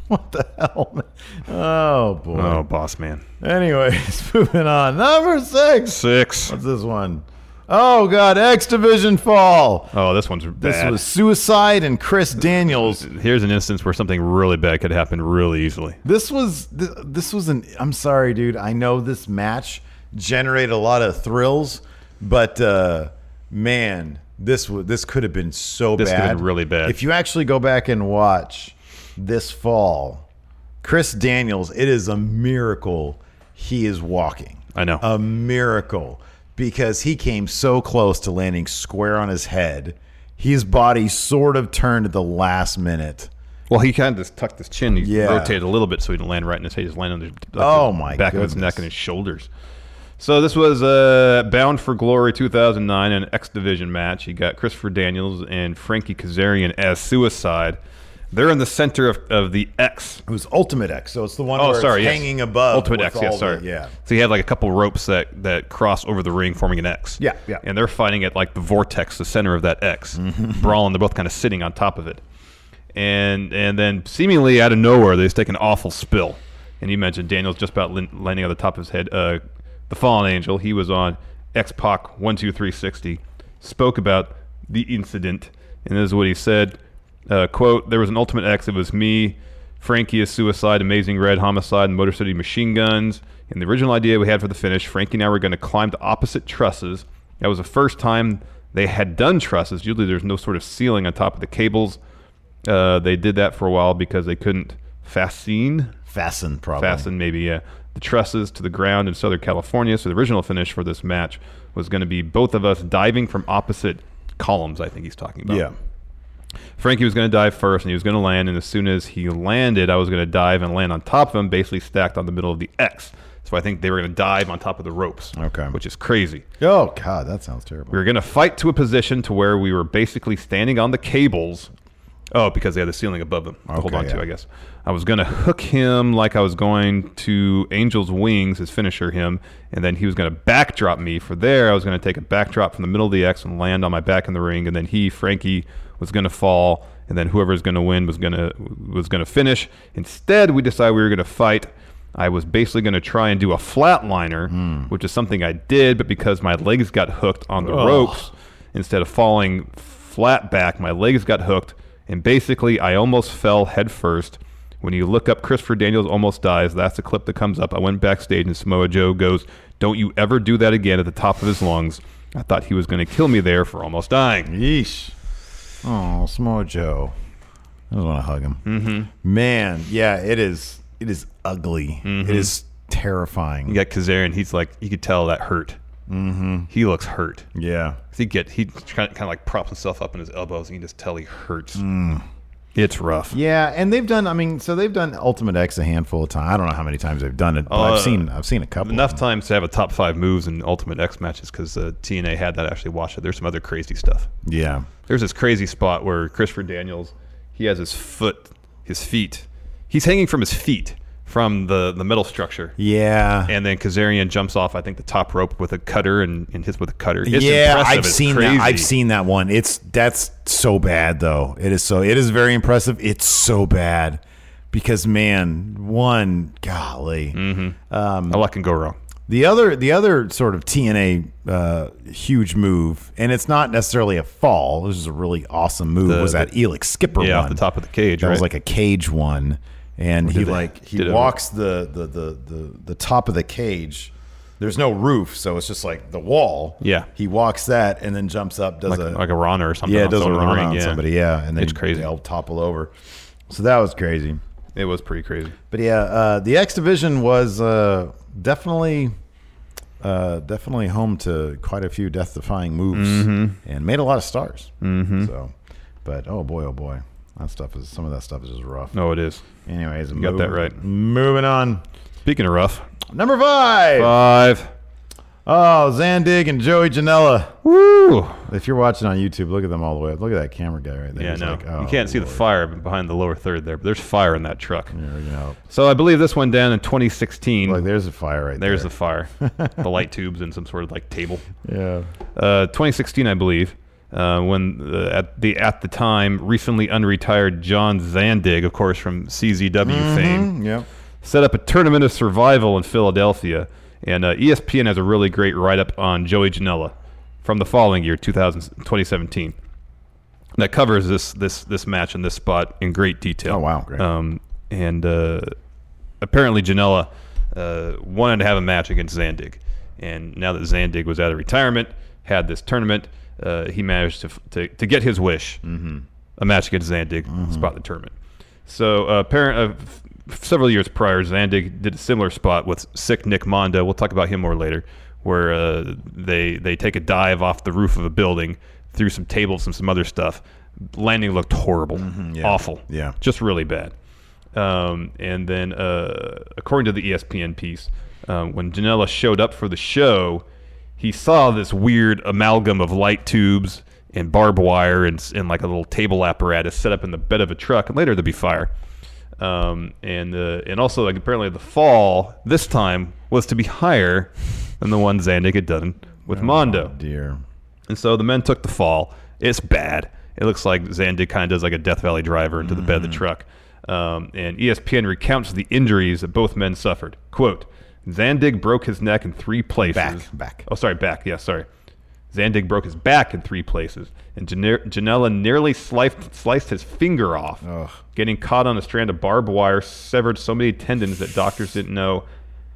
Speaker 1: what the hell? man? Oh boy.
Speaker 2: Oh, boss man.
Speaker 1: Anyways, moving on. Number six.
Speaker 2: Six.
Speaker 1: What's this one? Oh God, X Division Fall.
Speaker 2: Oh, this one's bad.
Speaker 1: This was Suicide and Chris Daniels.
Speaker 2: Here's an instance where something really bad could happen really easily.
Speaker 1: This was th- this was an. I'm sorry, dude. I know this match generated a lot of thrills, but uh, man, this w- this could have been so
Speaker 2: This
Speaker 1: bad,
Speaker 2: could have been really bad.
Speaker 1: If you actually go back and watch this fall, Chris Daniels, it is a miracle he is walking.
Speaker 2: I know.
Speaker 1: a miracle because he came so close to landing square on his head. His body sort of turned at the last minute.
Speaker 2: Well, he kind of just tucked his chin. He
Speaker 1: Yeah.
Speaker 2: rotated a little bit so he didn't land right in his head. He just landed on his, like,
Speaker 1: Oh,
Speaker 2: the
Speaker 1: my
Speaker 2: back of his
Speaker 1: goodness.
Speaker 2: neck and his shoulders. So this was uh, Bound for Glory 2009, an X Division match. You got Christopher Daniels and Frankie Kazarian as Suicide. They're in the center of, of the X.
Speaker 1: It was Ultimate X, so it's the one
Speaker 2: Oh,
Speaker 1: where it's
Speaker 2: sorry, yes.
Speaker 1: hanging above.
Speaker 2: Ultimate
Speaker 1: with
Speaker 2: X,
Speaker 1: all
Speaker 2: yeah,
Speaker 1: the-
Speaker 2: sorry.
Speaker 1: yeah.
Speaker 2: So you have like a couple ropes that, that cross over the ring, forming an X.
Speaker 1: Yeah, yeah.
Speaker 2: And they're fighting at like the vortex, the center of that X,
Speaker 1: Mm-hmm.
Speaker 2: brawling. They're both kind of sitting on top of it, and and then seemingly out of nowhere, they just take an awful spill. And you mentioned Daniel's just about lin- landing on the top of his head. Uh, the Fallen Angel, he was on X Pac one two three sixty, spoke about the incident, and this is what he said. Uh, quote: There was an Ultimate X. It was me. Frankie is Suicide, Amazing Red, Homicide, and Motor City Machine Guns. And the original idea we had for the finish, Frankie and I were going to climb the opposite trusses. That was the first time they had done trusses. Usually there's no sort of ceiling on top of the cables. Uh, they did that for a while because they couldn't fascine,
Speaker 1: Fasten, probably.
Speaker 2: fasten maybe, yeah, the trusses to the ground in Southern California. So the original finish for this match was going to be both of us diving from opposite columns, I think he's talking about.
Speaker 1: Yeah.
Speaker 2: Frankie was going to dive first, and he was going to land. And as soon as he landed, I was going to dive and land on top of him, basically stacked on the middle of the X. So I think they were going to dive on top of the ropes.
Speaker 1: Okay.
Speaker 2: Which is crazy.
Speaker 1: Oh God, that sounds terrible.
Speaker 2: We were going to fight to a position to where we were basically standing on the cables. Oh, because they had the ceiling above them to hold
Speaker 1: Okay,
Speaker 2: on to,
Speaker 1: yeah.
Speaker 2: I guess. I was going to hook him like I was going to Angel's Wings, his finisher, him, and then he was going to backdrop me. For there, I was going to take a backdrop from the middle of the X and land on my back in the ring, and then he, Frankie, was going to fall, and then whoever's going to win was going to was going to finish. Instead, we decided we were going to fight. I was basically going to try and do a flatliner,
Speaker 1: Hmm.
Speaker 2: which is something I did, but because my legs got hooked on the ropes, instead of falling flat back, my legs got hooked, and basically I almost fell head first. When you look up Christopher Daniels almost dies, that's the clip that comes up. I went backstage and Samoa Joe goes, Don't you ever do that again at the top of his lungs. I thought he was going to kill me there for almost dying.
Speaker 1: Yeesh. Oh, Smojo. I just want to hug him. Mm-hmm. Man, yeah, it is. It is ugly.
Speaker 2: Mm-hmm.
Speaker 1: It is terrifying.
Speaker 2: You got Kazarian. He's like, you could tell that hurt. Mm-hmm. He looks hurt.
Speaker 1: yeah.
Speaker 2: He get he kind of like props himself up in his elbows. And you can just tell he hurts. It's rough.
Speaker 1: Yeah, and they've done. I mean, so they've done Ultimate X a handful of times. I don't know how many times they've done it, but
Speaker 2: Uh,
Speaker 1: I've seen. I've seen a couple.
Speaker 2: Enough
Speaker 1: of them.
Speaker 2: times to have a top five moves in Ultimate X matches because uh, TNA had that. I Actually, watched it. There's some other crazy stuff.
Speaker 1: Yeah.
Speaker 2: There's this crazy spot where Christopher Daniels, he has his foot, his feet, he's hanging from his feet from the the metal structure.
Speaker 1: Yeah.
Speaker 2: And then Kazarian jumps off, I think, the top rope with a cutter and, and hits with a cutter. It's
Speaker 1: yeah,
Speaker 2: impressive.
Speaker 1: I've
Speaker 2: It's
Speaker 1: seen
Speaker 2: crazy.
Speaker 1: that. I've seen that one. It's that's so bad though. It is so. It is very impressive. It's so bad because man, one golly.
Speaker 2: Mm. a lot Oh, can go wrong.
Speaker 1: The other the other sort of TNA uh, huge move, and it's not necessarily a fall. This is a really awesome move.
Speaker 2: The-
Speaker 1: was that Elix Skipper
Speaker 2: Yeah,
Speaker 1: one
Speaker 2: off the top of the cage,
Speaker 1: That was
Speaker 2: right?
Speaker 1: like a cage one, and he
Speaker 2: did they-
Speaker 1: like he
Speaker 2: did it-
Speaker 1: walks the the, the the the top of the cage. There's no roof, so it's just like the wall.
Speaker 2: Yeah.
Speaker 1: he walks that and then jumps up, does
Speaker 2: Like
Speaker 1: a
Speaker 2: a, like a Ron or something.
Speaker 1: yeah,
Speaker 2: on
Speaker 1: does a
Speaker 2: someone in the
Speaker 1: run
Speaker 2: ring,
Speaker 1: on somebody. Yeah, and then
Speaker 2: It's crazy.
Speaker 1: They'll topple over. So that was crazy.
Speaker 2: It was pretty crazy.
Speaker 1: But yeah, uh, the X division was uh, definitely, uh, definitely home to quite a few death-defying moves
Speaker 2: Mm-hmm.
Speaker 1: and made a lot of stars. Mm-hmm. So, but oh boy, oh boy, that stuff is some of that stuff is just rough.
Speaker 2: No, it is.
Speaker 1: Anyways, you
Speaker 2: got that right.
Speaker 1: Moving on,
Speaker 2: Speaking of rough,
Speaker 1: number five.
Speaker 2: five.
Speaker 1: Oh, Zandig and Joey Janela.
Speaker 2: Woo!
Speaker 1: If you're watching on YouTube, look at them all the way up. Look at that camera guy right there.
Speaker 2: Yeah,
Speaker 1: He's
Speaker 2: no,
Speaker 1: like, oh,
Speaker 2: you can't see the
Speaker 1: Lord.
Speaker 2: fire behind the lower third there, but there's fire in that truck.
Speaker 1: There we go.
Speaker 2: So I believe this one down in 2016.
Speaker 1: Look, there's a fire right
Speaker 2: there's
Speaker 1: there.
Speaker 2: the fire, the light tubes and some sort of like table.
Speaker 1: Yeah.
Speaker 2: Uh, 2016, I believe, uh, when uh, at the at the time recently unretired John Zandig, of course from CZW fame,
Speaker 1: Yep.
Speaker 2: set up a tournament of survival in Philadelphia, and uh, ESPN has a really great write up on Joey Janela from the following year, 2000, 2017, that covers this this this match and this spot in great detail.
Speaker 1: Oh, wow, great.
Speaker 2: Um, and uh, apparently Janela uh, wanted to have a match against Zandig, and now that Zandig was out of retirement, had this tournament, uh, he managed to, f- to to get his wish, mm-hmm. a match against Zandig,
Speaker 1: Mm-hmm.
Speaker 2: spot in the tournament. So uh, apparent, uh, f- f- several years prior, Zandig did a similar spot with Sick Nick Mondo. We'll talk about him more later, where uh, they they take a dive off the roof of a building through some tables and some other stuff. Landing looked horrible, awful,
Speaker 1: Mm-hmm. Yeah.
Speaker 2: just really bad. Um, and then, uh, according to the ESPN piece, um, when Janela showed up for the show, he saw this weird amalgam of light tubes and barbed wire and, s- and like a little table apparatus set up in the bed of a truck, and later there'd be fire. Um, and uh, and also, like, apparently, the fall this time was to be higher than the one Zandig had done with Mondo.
Speaker 1: Dear.
Speaker 2: And so the men took the fall. It's bad. It looks like Zandig kind of does like a Death Valley driver into the bed
Speaker 1: Mm.
Speaker 2: of the truck. Um, and ESPN recounts the injuries that both men suffered. Quote, Zandig broke his neck in three places.
Speaker 1: Back, back.
Speaker 2: Oh, sorry, back. Yeah, sorry. Zandig broke his back in three places. And Jane- Janela nearly sliced, sliced his finger off, getting caught on a strand of barbed wire, severed so many tendons that doctors didn't know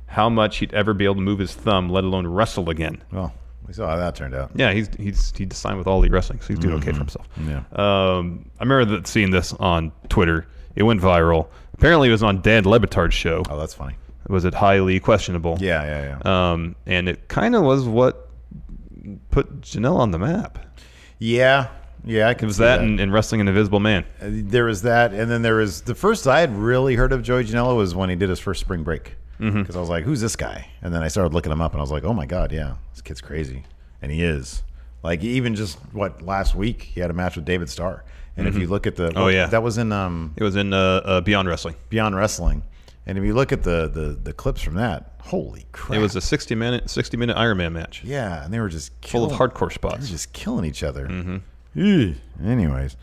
Speaker 2: how much he'd ever be able to move his thumb, let alone wrestle again.
Speaker 1: Well, we saw how that turned out.
Speaker 2: Yeah, he's he's he signed with all the wrestling, so he's doing okay for himself.
Speaker 1: Mm-hmm. Yeah.
Speaker 2: Um, I remember that, seeing this on Twitter. It went viral. Apparently, it was on Dan Lebitard's show.
Speaker 1: Oh, that's funny.
Speaker 2: Was it highly questionable?
Speaker 1: Yeah, yeah, yeah.
Speaker 2: Um, and it kind of was what put Janelle on the map.
Speaker 1: yeah, yeah. I can
Speaker 2: It was
Speaker 1: see
Speaker 2: that, And, and wrestling an Invisible Man.
Speaker 1: Uh, there was that, and then there was the first I had really heard of Joey Janela was when he did his first spring break. Because
Speaker 2: Mm-hmm.
Speaker 1: I was like, "Who's this guy?" And then I started looking him up, and I was like, "Oh my god, yeah, this kid's crazy," and he is. Like even just what last week he had a match with David Starr, and if you look at the
Speaker 2: Oh, yeah.
Speaker 1: that was in um,
Speaker 2: It was in uh, uh, Beyond Wrestling.
Speaker 1: Beyond Wrestling, and if you look at the the, the clips from that, holy crap!
Speaker 2: It was a sixty minute sixty minute Iron Man match.
Speaker 1: Yeah, and they were just
Speaker 2: Full of
Speaker 1: killing-
Speaker 2: hardcore
Speaker 1: They
Speaker 2: spots.
Speaker 1: were just killing each other. Ugh. Anyways,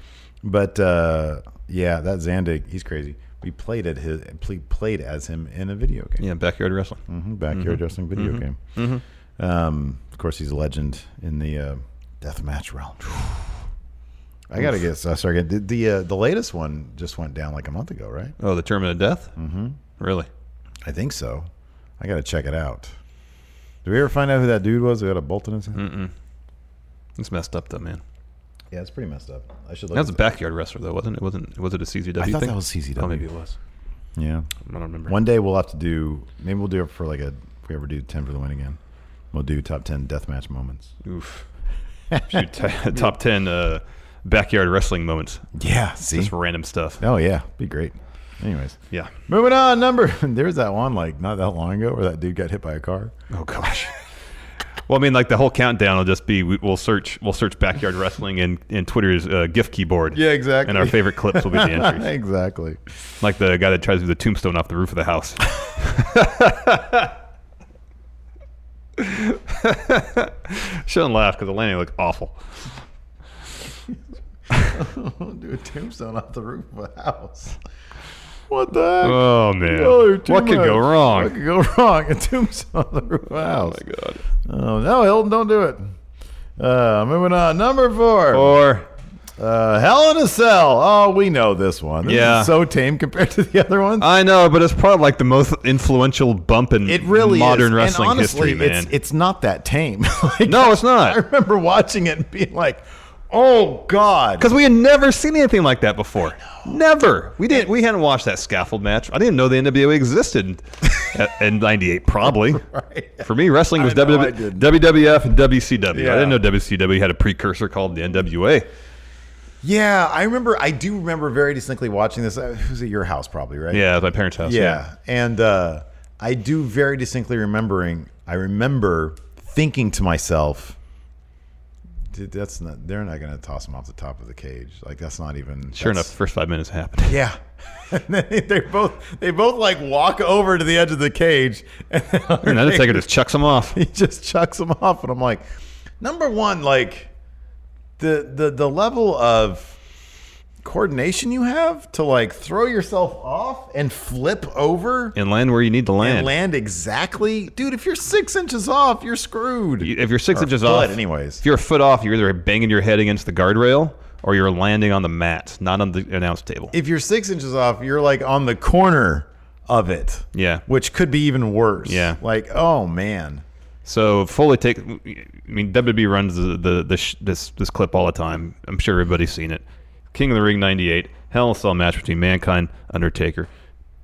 Speaker 1: but uh, yeah, that Zandig, he's crazy. We played at his pl- played as him in a video game,
Speaker 2: Yeah, backyard wrestling.
Speaker 1: Mhm, backyard wrestling video game. Um, of course, he's a legend in the uh, deathmatch realm. I gotta get so sorry. The the, uh, the latest one just went down like a month ago, right?
Speaker 2: Oh, the Tournament of Death. Mm-hmm. Really?
Speaker 1: I think so. I gotta check it out. Did we ever find out who that dude was? who had a bolt in his head?
Speaker 2: It's messed up though, man.
Speaker 1: Yeah, it's pretty messed up. I should look.
Speaker 2: That was a
Speaker 1: at
Speaker 2: backyard wrestler though, wasn't it? Wasn't was it a CZW?
Speaker 1: I thought
Speaker 2: thing?
Speaker 1: that was CZW.
Speaker 2: Oh, maybe it was.
Speaker 1: that. Yeah.
Speaker 2: I don't remember.
Speaker 1: One day we'll have to do. Maybe we'll do it for like a. If we ever do ten for the win again, we'll do top ten deathmatch moments.
Speaker 2: Oof. Shoot, t- top ten uh, backyard wrestling moments.
Speaker 1: Yeah. See.
Speaker 2: Just random stuff.
Speaker 1: Oh yeah, be great. Anyways.
Speaker 2: Yeah.
Speaker 1: Moving on, number. There's that one like not that long ago where that dude got hit by a car.
Speaker 2: Oh gosh. well, I mean, like the whole countdown will just be we, we'll search we'll search backyard wrestling and and Twitter's uh, GIF keyboard.
Speaker 1: Yeah, exactly.
Speaker 2: And our favorite clips will be the entries,
Speaker 1: exactly.
Speaker 2: like the guy that tries to do the tombstone off the roof of the house. Shouldn't laugh because the landing looked awful.
Speaker 1: do a tombstone off the roof of a house. What the heck?
Speaker 2: Oh man,
Speaker 1: Oh, you're too
Speaker 2: what could go
Speaker 1: much.
Speaker 2: wrong?
Speaker 1: What could go wrong? A tombstone on the roof of a house.
Speaker 2: my God.
Speaker 1: Oh, no, Hilton, don't do it. Uh, moving on. Number four.
Speaker 2: Or
Speaker 1: Uh, Hell in a Cell. Oh, we know this one. This
Speaker 2: Yeah. Uh,
Speaker 1: is so tame compared to the other ones.
Speaker 2: I know, but it's probably like the most influential bump in
Speaker 1: it really is.
Speaker 2: modern
Speaker 1: And
Speaker 2: wrestling
Speaker 1: honestly,
Speaker 2: history, man.
Speaker 1: It's, it's not that tame. Like,
Speaker 2: no, it's
Speaker 1: I
Speaker 2: not
Speaker 1: remember watching it and being like, oh, God.
Speaker 2: because we had never seen anything like that before. Never. We didn't. We hadn't watched that scaffold match. I didn't know the NWA existed at- in '98. Probably. For me, wrestling was
Speaker 1: I know, I
Speaker 2: WW,
Speaker 1: didn't.
Speaker 2: WWF and WCW. I
Speaker 1: Yeah.
Speaker 2: didn't know WCW had a precursor called the NWA.
Speaker 1: Yeah, I remember. I do remember very distinctly watching this. Uh, It was at your house, probably, right?
Speaker 2: Yeah, at my parents' house.
Speaker 1: Yeah. And uh, I do very distinctly remembering, I remember thinking to myself, "Dude, that's not, they're not going to toss him off the top of the cage. Like, that's not even.
Speaker 2: Sure enough,
Speaker 1: that's-
Speaker 2: first five minutes happened.
Speaker 1: Yeah. And then they both, they both like walk over to the edge of the cage and then
Speaker 2: And then the taker just chucks them off.
Speaker 1: he just chucks them off. And I'm like, number one, like the, the, the level of coordination you have to like throw yourself off and flip over
Speaker 2: And land where you need to
Speaker 1: and land exactly, dude. If you're six inches off, you're screwed.
Speaker 2: You- if you're six
Speaker 1: Or
Speaker 2: inches
Speaker 1: foot,
Speaker 2: off,
Speaker 1: anyways.
Speaker 2: if you're a foot off, you're either banging your head against the guardrail or you're landing on the mat, not on the announce table.
Speaker 1: if you're six inches off, you're like on the corner of it.
Speaker 2: Yeah.
Speaker 1: which could be even worse.
Speaker 2: Yeah.
Speaker 1: like oh man,
Speaker 2: so fully take. I mean, WWE runs the, the, the sh- this this clip all the time. I'm sure everybody's seen it. King of the Ring '98, Hell in a Cell match between Mankind, Undertaker.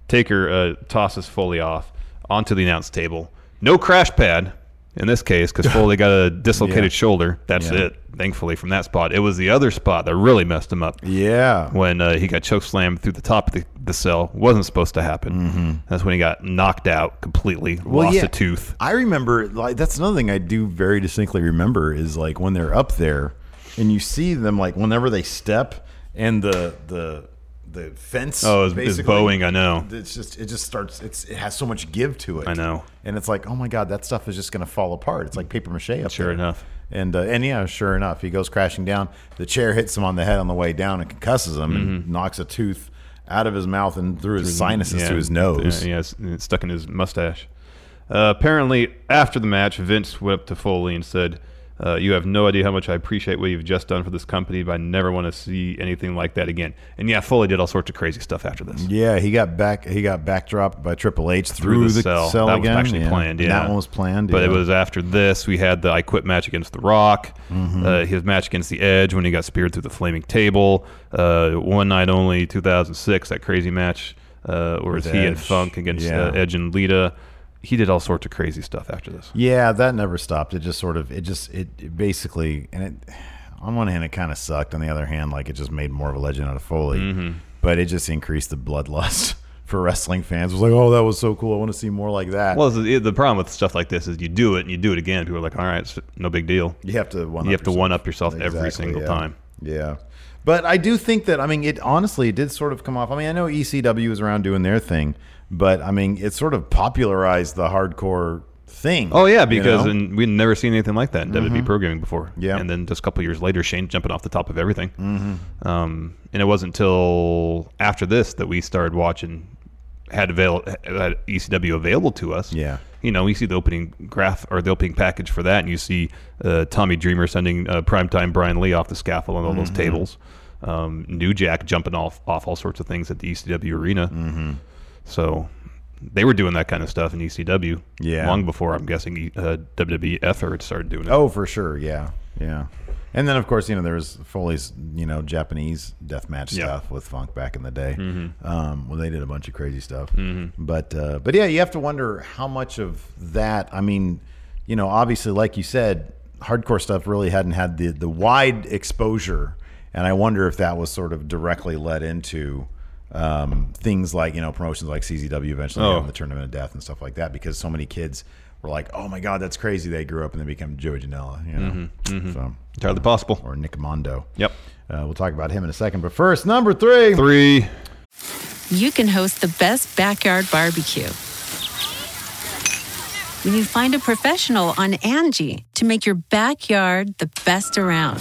Speaker 2: Taker uh, tosses Foley off onto the announce table. No crash pad in this case because Foley got a dislocated
Speaker 1: Yeah.
Speaker 2: shoulder. That's
Speaker 1: Yeah.
Speaker 2: it. Thankfully, from that spot, it was the other spot that really messed him up.
Speaker 1: yeah,
Speaker 2: when uh, he got choke slammed through the top of the, the cell. Wasn't supposed to happen. That's when he got knocked out completely, lost
Speaker 1: Mm-hmm. yeah.
Speaker 2: a tooth.
Speaker 1: I remember like that's another thing I do very distinctly remember is like when they're up there and you see them like whenever they step and the the the fence
Speaker 2: Oh, it's- it's
Speaker 1: basically,
Speaker 2: bowing, I know.
Speaker 1: It's just it just starts it's it has so much give to it.
Speaker 2: I know.
Speaker 1: And it's like, oh my god, that stuff is just gonna fall apart. It's like paper mache up
Speaker 2: Sure
Speaker 1: there.
Speaker 2: enough.
Speaker 1: And uh, and yeah, sure enough, he goes crashing down. The chair hits him on the head on the way down and concusses him
Speaker 2: Mm-hmm.
Speaker 1: and knocks a tooth out of his mouth and through his sinuses to his nose.
Speaker 2: Yeah, yeah, it's- it's stuck in his mustache. Uh, apparently, after the match, Vince went up to Foley and said, uh, "You have no idea how much I appreciate what you've just done for this company, but I never want to see anything like that again." And yeah, Foley did all sorts of crazy stuff after this.
Speaker 1: Yeah, he got back. He got backdropped by Triple H through,
Speaker 2: through
Speaker 1: the cell,
Speaker 2: that
Speaker 1: again.
Speaker 2: was actually planned. Yeah,
Speaker 1: And that one was planned.
Speaker 2: But it
Speaker 1: yeah.
Speaker 2: was after this. We had the I Quit match against The Rock. Uh, his match against The Edge when he got speared through the flaming table. Uh, one night only, 2006. That crazy match uh, where it's
Speaker 1: With
Speaker 2: he and
Speaker 1: Edge.
Speaker 2: Funk against uh,
Speaker 1: Yeah.
Speaker 2: Edge and Lita. He did all sorts of crazy stuff after this.
Speaker 1: Yeah, that never stopped. It just sort of. It just. It, it basically. And it. On one hand, it kind of sucked. On the other hand, like it just made more of a legend out of Foley.
Speaker 2: Mm-hmm.
Speaker 1: But it just increased the bloodlust for wrestling fans. It was like, oh, that was so cool. I want to see more like that.
Speaker 2: Well, the, the problem with stuff like this is you do it and you do it again. People are like, all right, it's no big deal.
Speaker 1: you have to one.
Speaker 2: You have to
Speaker 1: yourself.
Speaker 2: one up yourself every
Speaker 1: Exactly,
Speaker 2: single
Speaker 1: yeah.
Speaker 2: time.
Speaker 1: Yeah. But I do think that I mean it honestly it did sort of come off. I mean, I know E ECW was around doing their thing, but I mean it sort of popularized the hardcore thing.
Speaker 2: Oh yeah,
Speaker 1: you
Speaker 2: because
Speaker 1: know? Mm-hmm.
Speaker 2: and we'd never seen anything like that in WWE programming before.
Speaker 1: Yeah.
Speaker 2: and then just a couple years later, Shane jumping off the top of everything.
Speaker 1: Mm-hmm.
Speaker 2: Um, and it wasn't until after this that we started watching had avail had ECW available to us.
Speaker 1: Yeah.
Speaker 2: you know, we see the opening graph or the opening package for that, and you see uh, Tommy Dreamer sending uh, primetime Brian Lee off the scaffold on all
Speaker 1: Mm-hmm.
Speaker 2: those tables. Um, New Jack jumping off off all sorts of things at the ECW arena. Mm-hmm. So they were doing that kind of stuff in E ECW.
Speaker 1: Yeah.
Speaker 2: E, Long before I'm guessing uh, WWF ever started doing it.
Speaker 1: Oh, for sure, yeah. Yeah. And then, of course, you know there was Foley's, you know, Japanese death match
Speaker 2: Yeah.
Speaker 1: stuff with Funk back in the day.
Speaker 2: Mm-hmm.
Speaker 1: Um, when they did a bunch of crazy stuff. But uh, but yeah, you have to wonder how much of that. I mean, you know, obviously, like you said, hardcore stuff really hadn't had the the wide exposure, and I wonder if that was sort of directly led into. Um, things like you know promotions like CZW eventually
Speaker 2: Oh.
Speaker 1: having the tournament of death and stuff like that because so many kids were like oh my god that's crazy they grew up and they become Joey Janela you know so
Speaker 2: Entirely possible.
Speaker 1: or Nick Mondo.
Speaker 2: Mm-hmm. Yep.
Speaker 1: Uh, we'll talk about him in a second. But first, number three.
Speaker 2: Three.
Speaker 7: you can host the best backyard barbecue. When you find a professional on Angie to make your backyard the best around.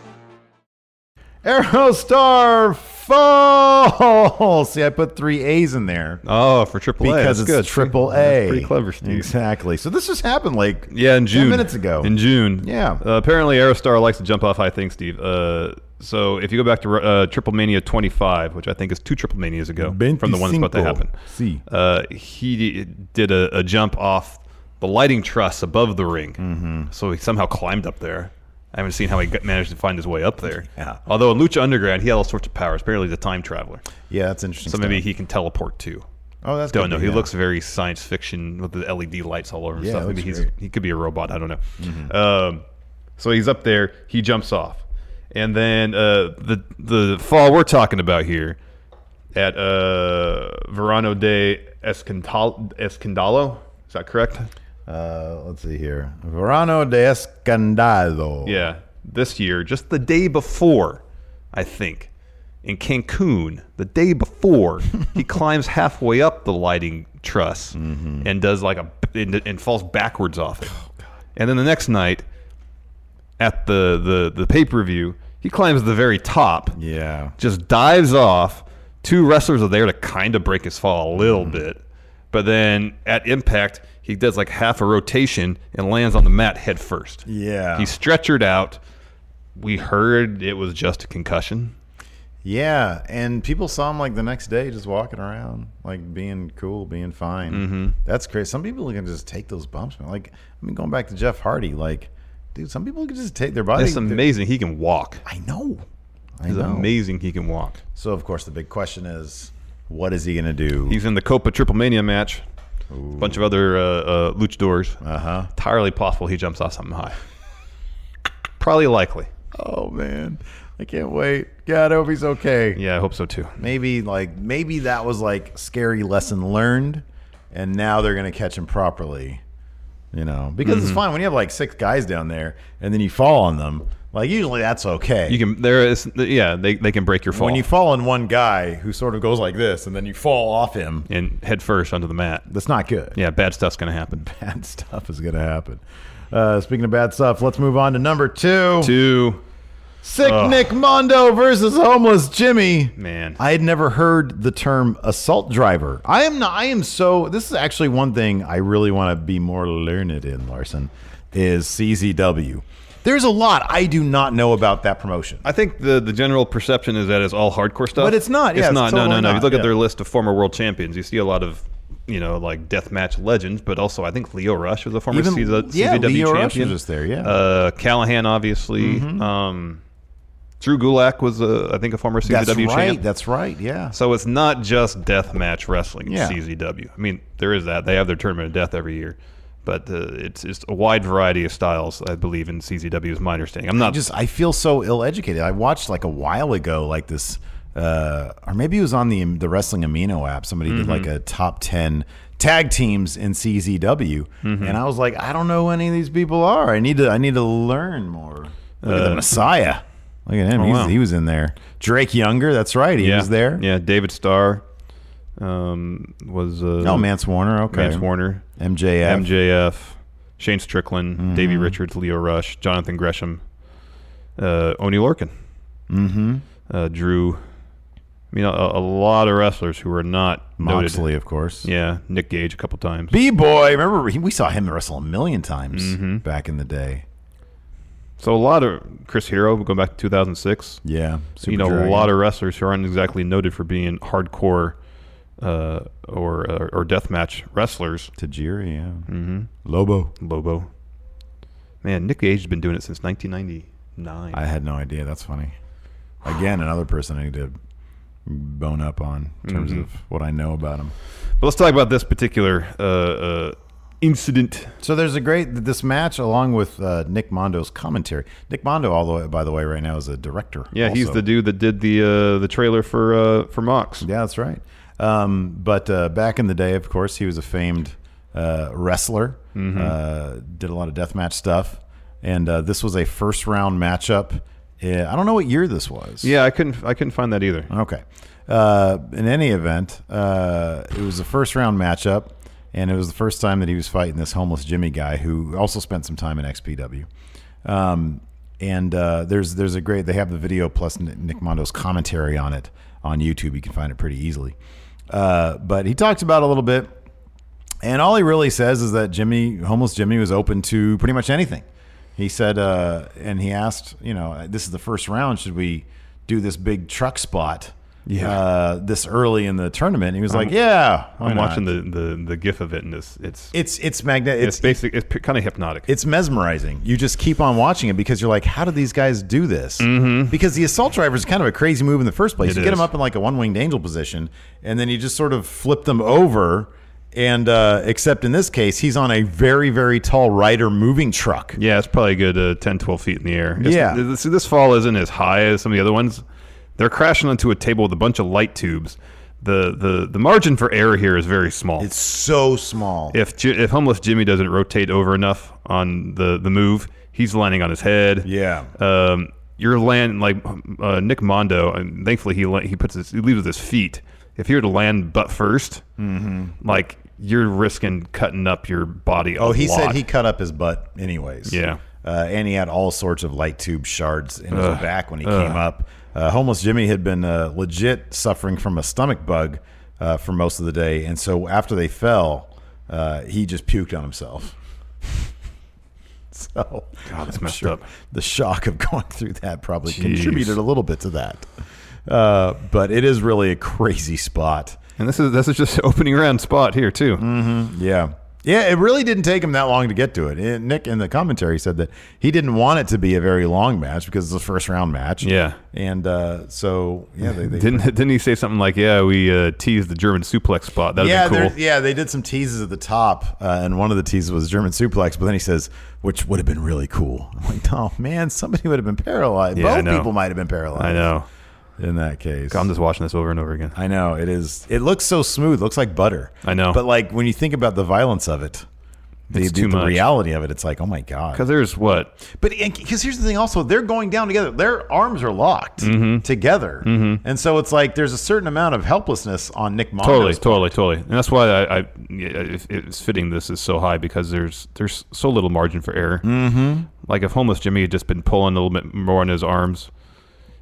Speaker 1: Aerostar Falls. See, I put three A's in there
Speaker 2: Oh, for triple A.
Speaker 1: because
Speaker 2: That's
Speaker 1: it's
Speaker 2: good.
Speaker 1: triple A.
Speaker 2: That's pretty clever, Steve.
Speaker 1: Exactly. So this just happened like
Speaker 2: Yeah, in
Speaker 1: 10
Speaker 2: June.
Speaker 1: minutes ago.
Speaker 2: In June.
Speaker 1: Yeah.
Speaker 2: Uh, apparently, Aerostar likes to jump off high things, Steve. Uh, so if you go back to uh, Triple Mania 25, which I think is two Triple Manias ago from the one that's about to
Speaker 1: 25.
Speaker 2: happen,
Speaker 1: Si.
Speaker 2: uh, he d- did a, a jump off the lighting truss above the ring. Mm-hmm. So he somehow climbed up there. I haven't seen how he got, managed to find his way up there.
Speaker 1: Yeah.
Speaker 2: Although in Lucha Underground, he had all sorts of powers. Apparently, he's a time traveler.
Speaker 1: Yeah, that's interesting.
Speaker 2: So maybe
Speaker 1: stuff.
Speaker 2: he can teleport too.
Speaker 1: Oh, that's
Speaker 2: Don't
Speaker 1: good,
Speaker 2: know. He
Speaker 1: yeah.
Speaker 2: looks very science fiction with the LED lights all over him.
Speaker 1: Yeah,
Speaker 2: stuff.
Speaker 1: it
Speaker 2: Maybe
Speaker 1: looks
Speaker 2: he's
Speaker 1: great. Mm-hmm.
Speaker 2: he could be a robot. I don't know. Um, so he's up there. He jumps off, and then uh, the the fall we're talking about here at uh, Verano de Escandal- Escandalo. Is that correct?
Speaker 1: Uh, let's see here. Verano de Escandalo.
Speaker 2: Yeah, this year, just the day before, I think, in Cancun, the day before, he climbs halfway up the lighting truss and does like a and, and falls backwards off it. And then the next night, at the the the pay per view, he climbs the very top.
Speaker 1: Yeah.
Speaker 2: Just dives off. Two wrestlers are there to kind of break his fall a little
Speaker 1: Mm-hmm.
Speaker 2: bit. But then at impact, he does like half a rotation and lands on the mat head first.
Speaker 1: Yeah.
Speaker 2: He stretchered out. We heard it was just a concussion.
Speaker 1: Yeah, and people saw him like the next day, just walking around, like being cool, being fine. Mm-hmm. That's crazy. Some people can just take those bumps, man. Like I mean, going back to Jeff Hardy, like dude, some people can just take their body.
Speaker 2: It's amazing he can walk.
Speaker 1: I know. I
Speaker 2: It's
Speaker 1: know.
Speaker 2: amazing he can walk.
Speaker 1: So of course the big question is, what is he going to do?
Speaker 2: He's in the Copa Triple Mania match. A bunch of other uh, uh, luchadors.
Speaker 1: Uh huh.
Speaker 2: Entirely possible he jumps off something high. Probably likely.
Speaker 1: Oh man, I can't wait. God, I hope he's okay.
Speaker 2: Yeah, I hope so too.
Speaker 1: Maybe like maybe that was like scary lesson learned, and now they're gonna catch him properly. You know, because
Speaker 2: Mm-hmm.
Speaker 1: it's fine when you have like six guys down there and then you fall on them. Like usually that's okay.
Speaker 2: You can there is yeah they, they can break your fall
Speaker 1: when you fall on one guy who sort of goes like this and then you fall off him,
Speaker 2: and head first onto the mat.
Speaker 1: that's not good.
Speaker 2: Yeah, bad stuff's gonna happen.
Speaker 1: Bad stuff is gonna happen. Uh, speaking of bad stuff, let's move on to number two.
Speaker 2: Two
Speaker 1: Sick Nick Mondo versus homeless Jimmy.
Speaker 2: man.
Speaker 1: I had never heard the term assault driver. I am not. I am so. This is actually one thing I really want to be more learned in, Larson, is CZW. There's a lot I do not know about that promotion.
Speaker 2: I think the, the general perception is that it's all hardcore stuff,
Speaker 1: But it's not.
Speaker 2: It's
Speaker 1: Yeah, it's
Speaker 2: not. no, no,
Speaker 1: totally
Speaker 2: no. If
Speaker 1: not.
Speaker 2: you look
Speaker 1: Yeah.
Speaker 2: at their list of former world champions, you see a lot of you know like deathmatch legends, but also I think Leo Rush was a former
Speaker 1: Even-
Speaker 2: CZ,
Speaker 1: yeah,
Speaker 2: CZW
Speaker 1: Leo Rush
Speaker 2: champion.
Speaker 1: was just there, yeah. Mm-hmm.
Speaker 2: uh, Callahan obviously. Um, Drew Gulak was a, I think a former CZW
Speaker 1: That's right.
Speaker 2: champ.
Speaker 1: That's right. Yeah.
Speaker 2: so it's not just deathmatch wrestling.
Speaker 1: Yeah.
Speaker 2: It's CZW. I mean, there is that. They have their tournament of death every year. But uh, it's, it's a wide variety of styles, I believe, in CZW is my understanding. I'm
Speaker 1: I
Speaker 2: not
Speaker 1: just I feel so ill-educated. I watched like a while ago, like this, uh, or maybe it was on the the Wrestling Amino app. Somebody did
Speaker 2: Mm-hmm.
Speaker 1: like a top ten tag teams in CZW,
Speaker 2: Mm-hmm.
Speaker 1: and I was like, I don't know who any of these people are. I need to I need to learn more. Look at the Messiah. Look at him. He's,
Speaker 2: Uh, oh, wow.
Speaker 1: He was in there. Drake Younger. That's right. He
Speaker 2: yeah.
Speaker 1: was there.
Speaker 2: Yeah, David Starr um, was. Uh,
Speaker 1: Oh, Mance Warner. Okay.
Speaker 2: Vance Warner,
Speaker 1: MJF.
Speaker 2: MJF, Shane Strickland,
Speaker 1: Mm-hmm.
Speaker 2: Davey Richards, Leo Rush, Jonathan Gresham, uh, Oni Lorkin, mm-hmm. uh, Drew. I mean, a, a lot of wrestlers who were not noted.
Speaker 1: Moxley, of course.
Speaker 2: Yeah, Nick Gage a couple times.
Speaker 1: B boy. Remember he, we saw him wrestle a million times
Speaker 2: Mm-hmm.
Speaker 1: back in the day.
Speaker 2: so a lot of Chris Hero going back to 2006.
Speaker 1: Yeah.
Speaker 2: you know,
Speaker 1: Super
Speaker 2: a lot
Speaker 1: Dragon.
Speaker 2: of wrestlers who aren't exactly noted for being hardcore uh, or, or or deathmatch wrestlers.
Speaker 1: Tajiri, yeah. Mm-hmm. Lobo.
Speaker 2: Lobo. Man, Nick Gage has been doing it since 1999.
Speaker 1: I had no idea. That's funny. Again, another person I need to bone up on in terms
Speaker 2: Mm-hmm.
Speaker 1: of what I know about him.
Speaker 2: But let's talk about this particular uh, uh, incident.
Speaker 1: So there's a great this match along with uh, Nick Mondo's commentary. Nick Mondo, all the way, by the way, right now is a director.
Speaker 2: Yeah, he's
Speaker 1: also.
Speaker 2: the dude that did the uh, the trailer for uh, for Mox.
Speaker 1: Yeah, that's right. Um, but uh, back in the day, of course, he was a famed uh, wrestler.
Speaker 2: Mm-hmm.
Speaker 1: Uh, did a lot of deathmatch stuff, and uh, this was a first round matchup. Uh, I don't know what year this was.
Speaker 2: Yeah, I couldn't I couldn't find that either.
Speaker 1: Okay. Uh, in any event, uh, it was a first round matchup, and it was the first time that he was fighting this homeless Jimmy guy who also spent some time in XPW. Um, and uh, there's there's a great they have the video plus N- Nick Mondo's commentary on it on YouTube. You can find it pretty easily. Uh, but he talks about it a little bit, and all he really says is that Jimmy, homeless Jimmy, was open to pretty much anything. He said, uh, and he asked, you know, this is the first round. Should we do this big truck spot uh, this early in the tournament? And he was like, yeah. why
Speaker 2: Uh-huh. I'm
Speaker 1: not?
Speaker 2: watching the, the, the GIF of it, and it's it's
Speaker 1: It's it's magnetic.
Speaker 2: it's,
Speaker 1: It's,
Speaker 2: basic. It's kind of hypnotic.
Speaker 1: it's mesmerizing. You just keep on watching it because you're like, how did these guys do this? Mm-hmm. Because the assault driver is kind of a crazy move in the first place.
Speaker 2: It
Speaker 1: you get
Speaker 2: is.
Speaker 1: them up in like a one winged angel position, and then you just sort of flip them over. And uh, except in this case, he's on a very, very tall rider moving truck.
Speaker 2: yeah, it's probably a good uh, 10, 12 feet in the air. It's-
Speaker 1: Yeah.
Speaker 2: this, this fall isn't as high as some of the other ones. They're crashing onto a table with a bunch of light tubes. The the the margin for error here is very small.
Speaker 1: It's so small.
Speaker 2: if Ji- if homeless Jimmy doesn't rotate over enough on the the move, he's landing on his head.
Speaker 1: Yeah.
Speaker 2: Um, you're landing like uh, Nick Mondo, and thankfully he la- he puts his, he leaves with his feet. If you were to land butt 1st like you're risking cutting up your body. a
Speaker 1: Mm-hmm. oh, he said
Speaker 2: lot.
Speaker 1: he cut up his butt anyways.
Speaker 2: Yeah.
Speaker 1: Uh, and he had all sorts of light tube shards in his back when he came up. Uh, homeless Jimmy had been uh, legit suffering from a stomach bug uh, for most of the day. And so after they fell, uh, he just puked on himself. So
Speaker 2: God, that's
Speaker 1: I'm
Speaker 2: messed up.
Speaker 1: The shock of going through that probably contributed a little bit to that. Uh, but it is really a crazy spot. Mm.
Speaker 2: and this is this is just the opening round spot here too.
Speaker 1: Yeah. Yeah, it really didn't take him that long to get to it. And Nick in the commentary said that he didn't want it to be a very long match because it's a first round match.
Speaker 2: Yeah.
Speaker 1: and uh, so yeah, they, they
Speaker 2: Didn't didn't he say something like, "Yeah, we uh, teased the German suplex spot. That'd
Speaker 1: yeah,
Speaker 2: be
Speaker 1: there-
Speaker 2: cool."
Speaker 1: yeah, they did some teases at the top, uh, and one of the teases was German suplex. But then he says, "Which would have been really cool." I'm like, "Oh man, somebody would have been paralyzed.
Speaker 2: Yeah, I
Speaker 1: Both
Speaker 2: know.
Speaker 1: people might have been paralyzed."
Speaker 2: I know.
Speaker 1: In that case,
Speaker 2: I'm just watching this over and over again.
Speaker 1: I know it is. It looks so smooth. Looks like butter.
Speaker 2: I know.
Speaker 1: But like when you think about the violence of it, the,
Speaker 2: It's
Speaker 1: the,
Speaker 2: too
Speaker 1: the
Speaker 2: much.
Speaker 1: reality of it, it's like, oh my
Speaker 2: Because
Speaker 1: god.
Speaker 2: there's what
Speaker 1: But because here's the thing, also they're going down together. Their arms are locked
Speaker 2: Mm-hmm.
Speaker 1: together, and so it's like there's a certain amount of helplessness on Nick Mondo's
Speaker 2: totally,
Speaker 1: part.
Speaker 2: totally, totally, and that's why I, I yeah, it- it's fitting this is so high because there's there's so little margin for error. Mm-hmm. Like if homeless Jimmy had just been pulling a little bit more on his arms,